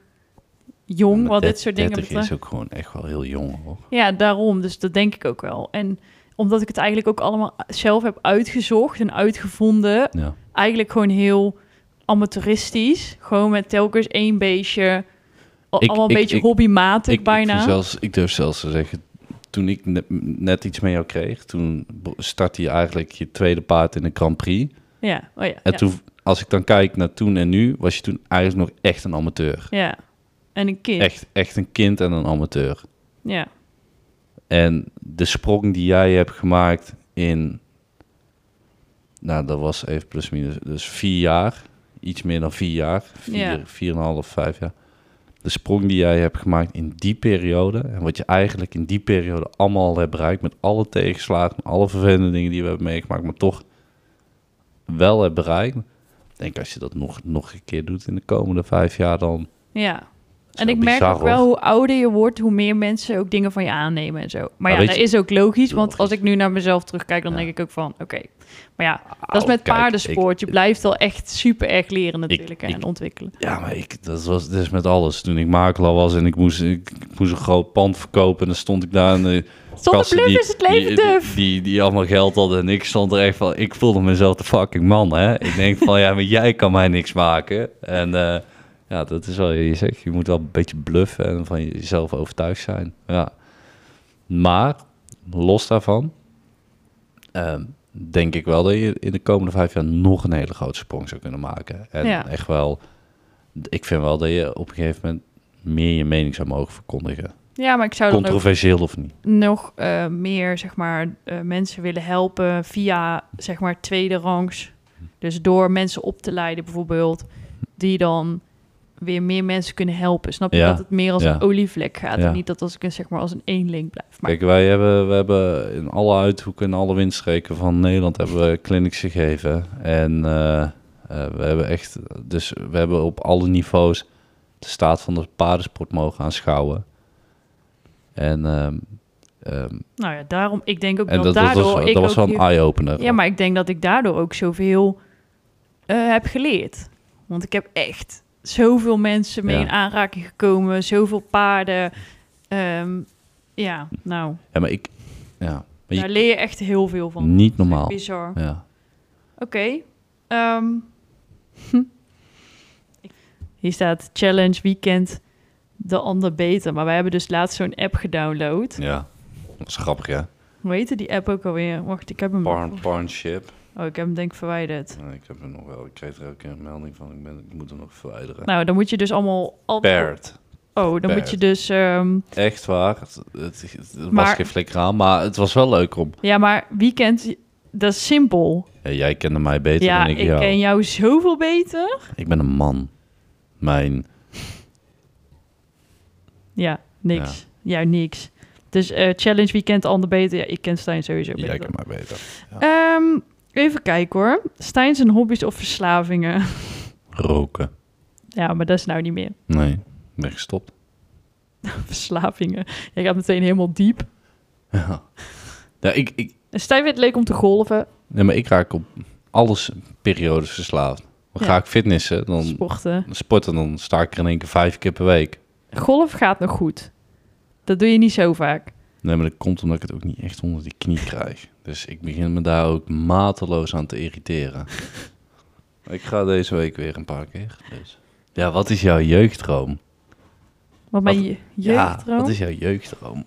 S1: jong
S2: Maar
S1: wat dit
S2: dert-
S1: soort dingen
S2: 30
S1: betreft.
S2: is ook gewoon echt wel heel jong, hoor.
S1: Ja, daarom. Dus dat denk ik ook wel. En omdat ik het eigenlijk ook allemaal zelf heb uitgezocht en uitgevonden,
S2: Ja.
S1: eigenlijk gewoon heel amateuristisch. Gewoon met telkens één beestje. Al-
S2: Ik-
S1: allemaal een
S2: ik-
S1: beetje
S2: ik-
S1: hobbymatig
S2: ik,
S1: bijna.
S2: Ik, vind zelfs, ik durf zelfs te zeggen, toen ik net, net iets met jou kreeg, toen be- startte je eigenlijk je tweede paard in de Grand Prix.
S1: Ja, oh ja.
S2: En
S1: ja.
S2: toen, als ik dan kijk naar toen en nu, was je toen eigenlijk nog echt een amateur.
S1: Ja. En een kind.
S2: Echt, echt een kind en een amateur.
S1: Ja.
S2: En de sprong die jij hebt gemaakt in, nou dat was even plus minus, dus vier jaar, iets meer dan vier jaar, vier,
S1: Ja.
S2: vier en een half, vijf jaar. De sprong die jij hebt gemaakt in die periode en wat je eigenlijk in die periode allemaal al hebt bereikt met alle tegenslagen, alle vervelende dingen die we hebben meegemaakt, maar toch wel hebt bereikt. Ik denk als je dat nog, nog een keer doet in de komende vijf jaar dan...
S1: Ja.
S2: is
S1: En
S2: wel
S1: ik merk
S2: bizar,
S1: ook wel
S2: hoor.
S1: hoe ouder je wordt, hoe meer mensen ook dingen van je aannemen en zo. Maar, ja,
S2: weet
S1: dat
S2: je-
S1: is ook logisch, want als
S2: Logisch.
S1: ik nu naar mezelf terugkijk, dan
S2: Ja.
S1: denk ik ook van, oké. Maar ja, dat
S2: Au,
S1: is met
S2: kijk,
S1: paardensport.
S2: ik-
S1: je blijft wel echt super erg leren natuurlijk hè,
S2: ik-
S1: en ontwikkelen.
S2: Ja, maar ik, dat was dus met alles. Toen ik makelaar was en ik moest, ik, ik moest een groot pand verkopen... en eh, dan stond ik daar in de
S1: Zonder
S2: kassen
S1: bluf
S2: die,
S1: is het leven
S2: die,
S1: duf.
S2: die, die, die allemaal geld hadden. En ik stond er echt van, ik voelde mezelf de fucking man, hè. Ik denk van, ja, maar jij kan mij niks maken. En eh, ja, dat is wel, je zegt, je moet wel een beetje bluffen... en van jezelf overtuigd zijn, ja. Maar, los daarvan... ehm, denk ik wel dat je in de komende vijf jaar nog een hele grote sprong zou kunnen maken. En
S1: Ja.
S2: echt wel, ik vind wel dat je op een gegeven moment meer je mening zou mogen verkondigen.
S1: Ja, maar ik zou dan ook
S2: Controversieel of niet.
S1: nog eh, meer zeg maar, eh, mensen willen helpen via zeg maar, tweede rangs. Dus door mensen op te leiden bijvoorbeeld, die dan weer meer mensen kunnen helpen. Snap je
S2: Ja,
S1: dat het meer als
S2: ja.
S1: een olievlek gaat
S2: Ja.
S1: en niet dat als ik een, zeg maar als een eenling blijf. Maar
S2: Kijk, wij hebben, we hebben in alle uithoeken en alle windstreken van Nederland hebben we clinics gegeven. En eh, eh, we hebben echt, dus we hebben op alle niveaus de staat van de paardensport mogen aanschouwen. En, ehm, ehm,
S1: nou ja, daarom, ik denk ook
S2: en
S1: dat,
S2: dat, dat,
S1: daardoor
S2: was,
S1: ik
S2: dat was
S1: ook
S2: wel een
S1: hier-
S2: eye-opener.
S1: Ja, maar ik denk dat ik daardoor ook zoveel eh, heb geleerd. Want ik heb echt zoveel mensen mee
S2: Ja.
S1: in aanraking gekomen, zoveel paarden. Ehm, ja, nou,
S2: Ja, maar ik, ja, Maar je-
S1: daar leer je echt heel veel van.
S2: Niet
S1: Dat is echt
S2: normaal.
S1: Bizar.
S2: ja.
S1: Oké. ehm, hm. Hier staat challenge weekend, de ander beter. Maar wij hebben dus laatst zo'n app gedownload.
S2: ja. Dat is grappig, ja.
S1: Hoe heette die app ook alweer? Wacht, ik heb hem.
S2: Barn, barnship.
S1: Oh, ik heb hem denk ik verwijderd.
S2: Ja, Ik heb er nog wel, ik kreeg er ook een melding van, ik, ben, ik moet hem nog verwijderen.
S1: Nou, dan moet je dus allemaal... al-
S2: Paired.
S1: Oh, dan moet
S2: Beard.
S1: je dus... ehm,
S2: Echt waar. Het, het- het was
S1: Maar-
S2: geen flikker aan, maar het was wel leuk om.
S1: ja, maar weekend, dat is simpel.
S2: Ja, jij kende mij beter
S1: ja,
S2: dan ik,
S1: ik
S2: jou.
S1: ken jou zoveel beter.
S2: Ik ben een man. Mijn.
S1: Ja, niks. Ja, niks. Dus eh, challenge weekend, ander beter. Ja, ik ken Stijn sowieso beter.
S2: Jij kent mij beter.
S1: Ehm, even kijken hoor. Stijn zijn hobby's of verslavingen.
S2: Roken.
S1: ja, maar dat is nou niet meer.
S2: Nee, ik ben gestopt.
S1: Verslavingen. Jij gaat meteen helemaal diep.
S2: Ja, ja ik, ik,
S1: En Stijn vindt het leuk om te golven,
S2: nee, maar ik raak op alles periodes verslaafd. Dan ga
S1: Ja.
S2: ik fitnessen, dan
S1: sporten.
S2: sporten, dan sta ik er in één keer vijf keer per week.
S1: Golf gaat nog goed. Dat doe je niet zo vaak.
S2: Nee, maar dat komt omdat ik het ook niet echt onder die knie krijg. Dus ik begin me daar ook mateloos aan te irriteren. ik ga deze week weer een paar keer. Dus. Ja, wat is jouw jeugddroom?
S1: Want mijn
S2: Wat-
S1: je
S2: Ja,
S1: jeugddroom,
S2: wat is jouw jeugddroom?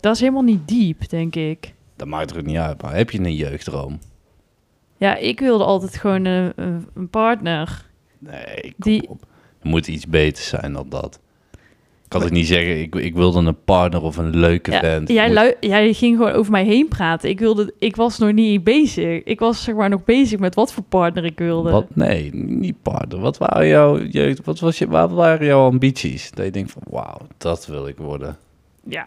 S1: dat is helemaal niet diep, denk ik.
S2: Dat maakt er ook niet uit, maar heb je een jeugddroom?
S1: Ja, ik wilde altijd gewoon eh, een, een partner.
S2: Nee, kom
S1: Die-
S2: op. Er moet iets beters zijn dan dat. Ik kan het niet zeggen, ik, ik wilde een partner of een leuke
S1: Ja,
S2: vent. Ik
S1: jij,
S2: moet-
S1: lui- jij ging gewoon over mij heen praten. Ik, wilde, ik was nog niet bezig. Ik was zeg maar nog bezig met wat voor partner ik wilde.
S2: Wat? Nee, niet partner. Wat waren jouw jeugd? Wat was je? Waar waren jouw ambities? Dat je denkt van, wauw, dat wil ik worden.
S1: Ja.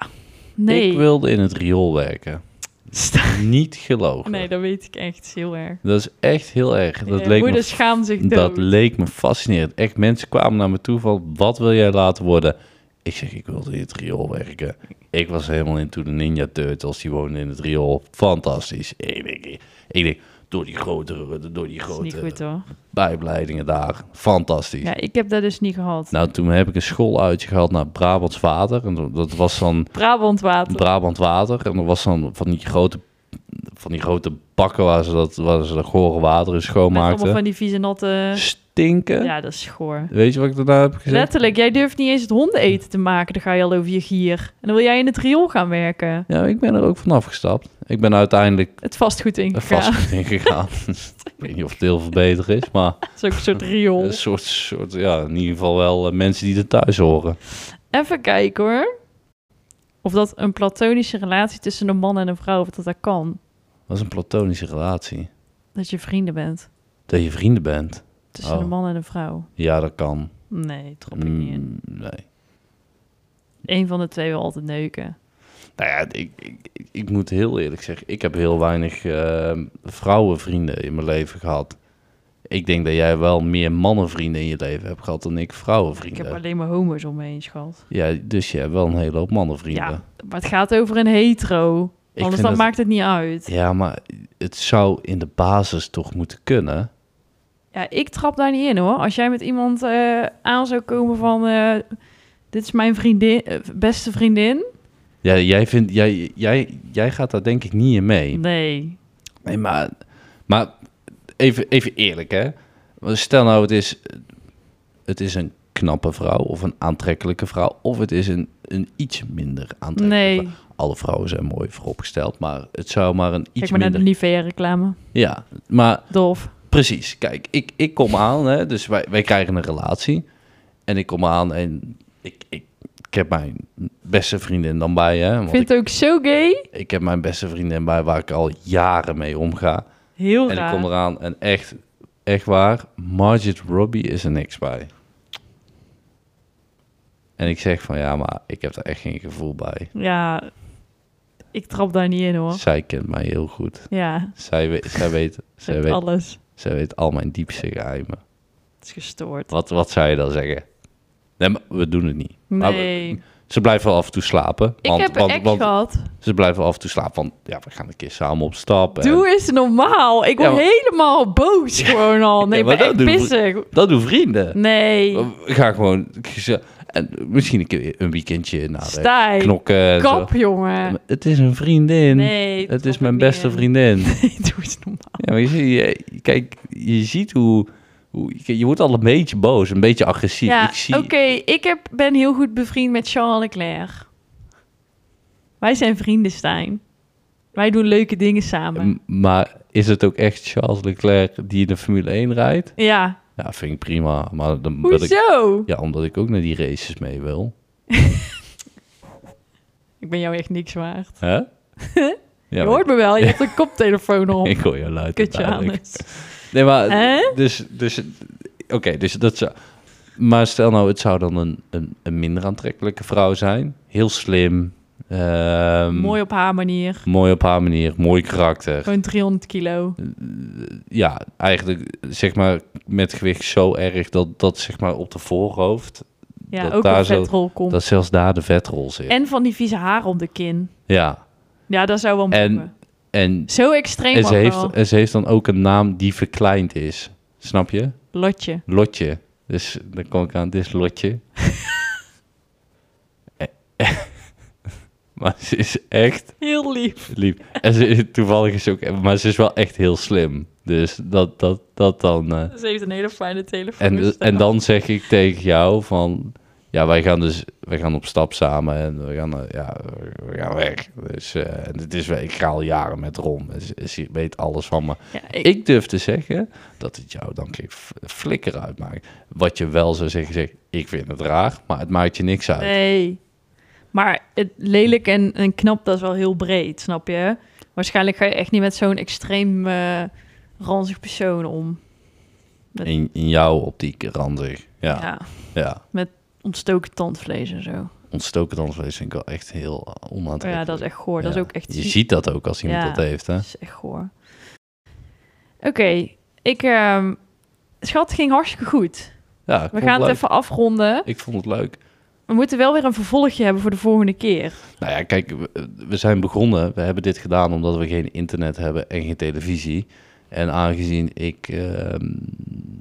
S1: Nee.
S2: Ik wilde in het riool werken.
S1: Sta-
S2: Niet gelogen.
S1: Nee, dat weet ik echt heel erg.
S2: Dat is echt heel erg. Dat,
S1: Eh,
S2: leek,
S1: moeder
S2: me,
S1: schaamt zich dood.
S2: dat leek me fascinerend. Echt, mensen kwamen naar me toe van, wat wil jij laten worden? Ik zeg, ik wilde in het riool werken. Ik was helemaal in toen de Ninja Turtles, die woonden in het riool. Fantastisch. Ik denk, ik denk door die grote, door die
S1: dat is niet
S2: grote
S1: goed hoor.
S2: bijbeleidingen daar. Fantastisch.
S1: Ja, ik heb dat dus niet gehad.
S2: Nou, toen heb ik een schooluitje gehad naar Brabants Water. En dat- dat was dan
S1: Brabant water.
S2: Brabant Water. En er was dan van die grote, van die grote bakken waar ze dat, waar ze dat gore water in
S1: Met allemaal
S2: schoonmaakten.
S1: van die vieze natte...
S2: Stinken.
S1: Ja, dat is goor.
S2: Weet je wat ik daarna heb gezegd?
S1: Letterlijk, jij durft niet eens het hondeneten te maken. Dan ga je al over je gier. En dan wil jij in het riool gaan werken.
S2: Ja, ik ben er ook van afgestapt. Ik ben uiteindelijk
S1: Het vastgoed
S2: er
S1: ingegaan.
S2: vast ingegaan. ik weet niet of het heel veel beter is, maar
S1: Dat is ook een soort riool.
S2: een soort, soort ja, in ieder geval wel eh, mensen die er thuis horen.
S1: Even kijken hoor. Of dat een platonische relatie tussen een man en een vrouw, of dat dat kan.
S2: Dat is een platonische relatie.
S1: Dat je vrienden bent.
S2: Dat je vrienden bent.
S1: Tussen
S2: Oh.
S1: een man en een vrouw.
S2: Ja, dat kan.
S1: Nee, trap ik niet in.
S2: Mm, nee.
S1: Eén van de twee wil altijd neuken.
S2: Nou ja, ik, ik, ik- ik moet heel eerlijk zeggen, ik heb heel weinig eh, vrouwenvrienden in mijn leven gehad. Ik denk dat jij wel meer mannenvrienden in je leven hebt gehad dan ik
S1: Ik
S2: vrouwenvrienden.
S1: heb alleen maar homo's om me heen, schat.
S2: Ja, dus je hebt wel een hele hoop mannenvrienden.
S1: Ja, maar het gaat over een hetero.
S2: Ik
S1: Anders
S2: vind
S1: dan
S2: dat-
S1: maakt het niet uit.
S2: Ja, maar het zou in de basis toch moeten kunnen.
S1: Ja, ik trap daar niet in hoor. Als jij met iemand eh, aan zou komen van... eh, dit is mijn vriendin, eh, beste vriendin.
S2: Ja, jij, vindt, jij, jij, jij gaat daar denk ik niet in mee.
S1: Nee.
S2: Nee, maar, maar even, even eerlijk, hè. Want Stel nou, het is, het is een knappe vrouw of een aantrekkelijke vrouw... of het is een, een iets minder aantrekkelijke
S1: Nee.
S2: vrouw. Alle vrouwen zijn mooi vooropgesteld, maar het zou maar een iets
S1: Kijk maar naar de
S2: minder...
S1: Nivea-reclame.
S2: Ja, maar
S1: Dolf.
S2: precies. Kijk, ik, ik kom aan, hè, dus wij, wij krijgen een relatie. En ik kom aan en ik, ik, ik heb mijn beste vriendin dan bij, hè. Want
S1: Ik vind
S2: ik,
S1: het ook zo gay.
S2: ik heb mijn beste vriendin bij waar ik al jaren mee omga...
S1: Heel
S2: En ik
S1: raar.
S2: kom eraan en echt, echt waar, Margaret Robbie is er niks bij. En ik zeg van ja, maar ik heb daar echt geen gevoel bij.
S1: Ja, ik trap daar niet in hoor.
S2: Zij kent mij heel goed.
S1: Ja,
S2: Zij weet, zij weet, zij
S1: met
S2: weet,
S1: alles.
S2: zij weet al mijn diepste geheimen.
S1: Het is gestoord.
S2: Wat, wat zou je dan zeggen? Nee, maar we doen het niet. Maar we-
S1: Nee,
S2: ze blijven wel af en toe slapen.
S1: ik heb een
S2: Nou, want,
S1: ex
S2: want
S1: gehad.
S2: ze blijven wel af en toe slapen. Want ja, we gaan een keer samen op stap. en-
S1: Doe eens normaal. Ik word
S2: Ja, maar-
S1: helemaal boos gewoon al. Nee,
S2: Ja,
S1: ik
S2: maar
S1: ben echt
S2: dat doen we-
S1: pissig.
S2: Dat doen vrienden.
S1: Nee,
S2: We gaan gewoon geze- en misschien een keer een weekendje naar de
S1: stij.
S2: knokken. en zo.
S1: Kap, jongen.
S2: Het is een vriendin.
S1: Nee,
S2: het
S1: trap
S2: is
S1: ik
S2: mijn
S1: niet
S2: beste
S1: in.
S2: vriendin.
S1: Nee, doe eens normaal.
S2: Ja, maar je, ziet- je- kijk, je ziet hoe, hoe... Je wordt al een beetje boos, een beetje agressief.
S1: Ja,
S2: ik zie,
S1: oké. Ik heb, ben heel goed bevriend met Charles Leclerc. Wij zijn vrienden, Stijn. Wij doen leuke dingen samen.
S2: M- Maar is het ook echt Charles Leclerc die in de Formule 1 rijdt?
S1: ja,
S2: Ja, vind ik prima. Maar dan wil ik,
S1: hoezo?
S2: ja, omdat ik ook naar die races mee wil.
S1: Ik ben jou echt niks waard.
S2: Hè? ja,
S1: je
S2: maar
S1: hoort me wel, je hebt een koptelefoon op.
S2: ik hoor je luid.
S1: Kutje
S2: dadelijk.
S1: aan
S2: Nee, maar
S1: Hè?
S2: dus, dus oké, dus dat zou. Maar stel nou, het zou dan een, een, een minder aantrekkelijke vrouw zijn. Heel slim. ehm,
S1: Mooi op haar manier.
S2: mooi op haar manier. Mooi karakter.
S1: Gewoon 300 kilo.
S2: Ja, eigenlijk zeg maar met gewicht zo erg dat dat zeg maar op de voorhoofd,
S1: Ja,
S2: Dat
S1: ook
S2: daar
S1: een
S2: zo-
S1: vetrol komt.
S2: dat zelfs daar de vetrol zit.
S1: En van die vieze haar op de kin.
S2: ja.
S1: Ja, dat zou wel
S2: En-
S1: mogen.
S2: En,
S1: Zo extreem
S2: en, ze
S1: ook
S2: heeft,
S1: wel.
S2: en ze heeft dan ook een naam die verkleind is. Snap je?
S1: Lotje.
S2: Lotje. Dus dan kom ik aan, dit is Lotje. Eh, eh. maar ze is echt
S1: Heel lief.
S2: lief. En ze, is- toevallig is ze ook... Maar ze is wel echt heel slim. Dus dat, dat, dat dan... eh.
S1: Ze heeft een hele fijne telefoon. Dus, eh,
S2: En, en dan zeg ik tegen jou van... Ja, wij gaan dus wij gaan op stap samen en we gaan, eh, ja, we gaan weg. Dus eh, en het is, ik ga al jaren met Ron. en Ze, ze weet alles van me.
S1: Ja,
S2: Ik,
S1: ik,
S2: durf te zeggen dat het jou dan geen f- flikker uitmaakt. Wat je wel zou zeggen, zeg, ik vind het raar, maar het maakt je niks uit.
S1: nee. Maar het lelijk en, en knap, dat is wel heel breed, snap je? Waarschijnlijk ga je echt niet met zo'n extreem eh ranzig persoon om.
S2: In, in jouw optiek ranzig. Ja,
S1: Ja.
S2: ja.
S1: Ontstoken tandvlees en zo.
S2: Ontstoken dansvlees vind ik wel echt heel eh, onaantrekkelijk.
S1: ja, dat is echt goor. Dat
S2: Ja.
S1: is ook echt
S2: Je
S1: ziek.
S2: ziet dat ook als iemand
S1: Ja.
S2: dat heeft, hè?
S1: Dat is echt goor. Oké, ik... ehm, schat, ging hartstikke goed.
S2: Ja, ik
S1: We
S2: vond
S1: gaan het
S2: leuk.
S1: even afronden.
S2: Ik vond het leuk.
S1: We moeten wel weer een vervolgje hebben voor de volgende keer.
S2: Nou ja, kijk, we, we zijn begonnen. We hebben dit gedaan omdat we geen internet hebben en geen televisie. En aangezien ik ehm,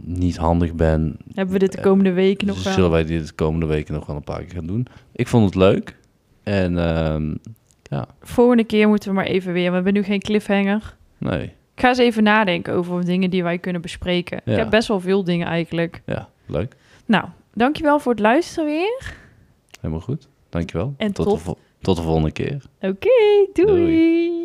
S2: niet handig ben,
S1: Hebben we dit de komende weken nog wel?
S2: dus Zullen wij dit de komende weken nog wel een paar keer gaan doen. Ik vond het leuk. En ehm,
S1: Volgende keer moeten we maar even weer. We hebben nu geen cliffhanger.
S2: nee,
S1: Ik ga eens even nadenken over dingen die wij kunnen bespreken.
S2: Ja.
S1: Ik heb best wel veel dingen eigenlijk.
S2: ja, leuk.
S1: Nou, dankjewel voor het luisteren weer.
S2: Helemaal goed. Dankjewel.
S1: En
S2: tot,
S1: tot-
S2: De, vol- tot de volgende keer.
S1: Oké, doei.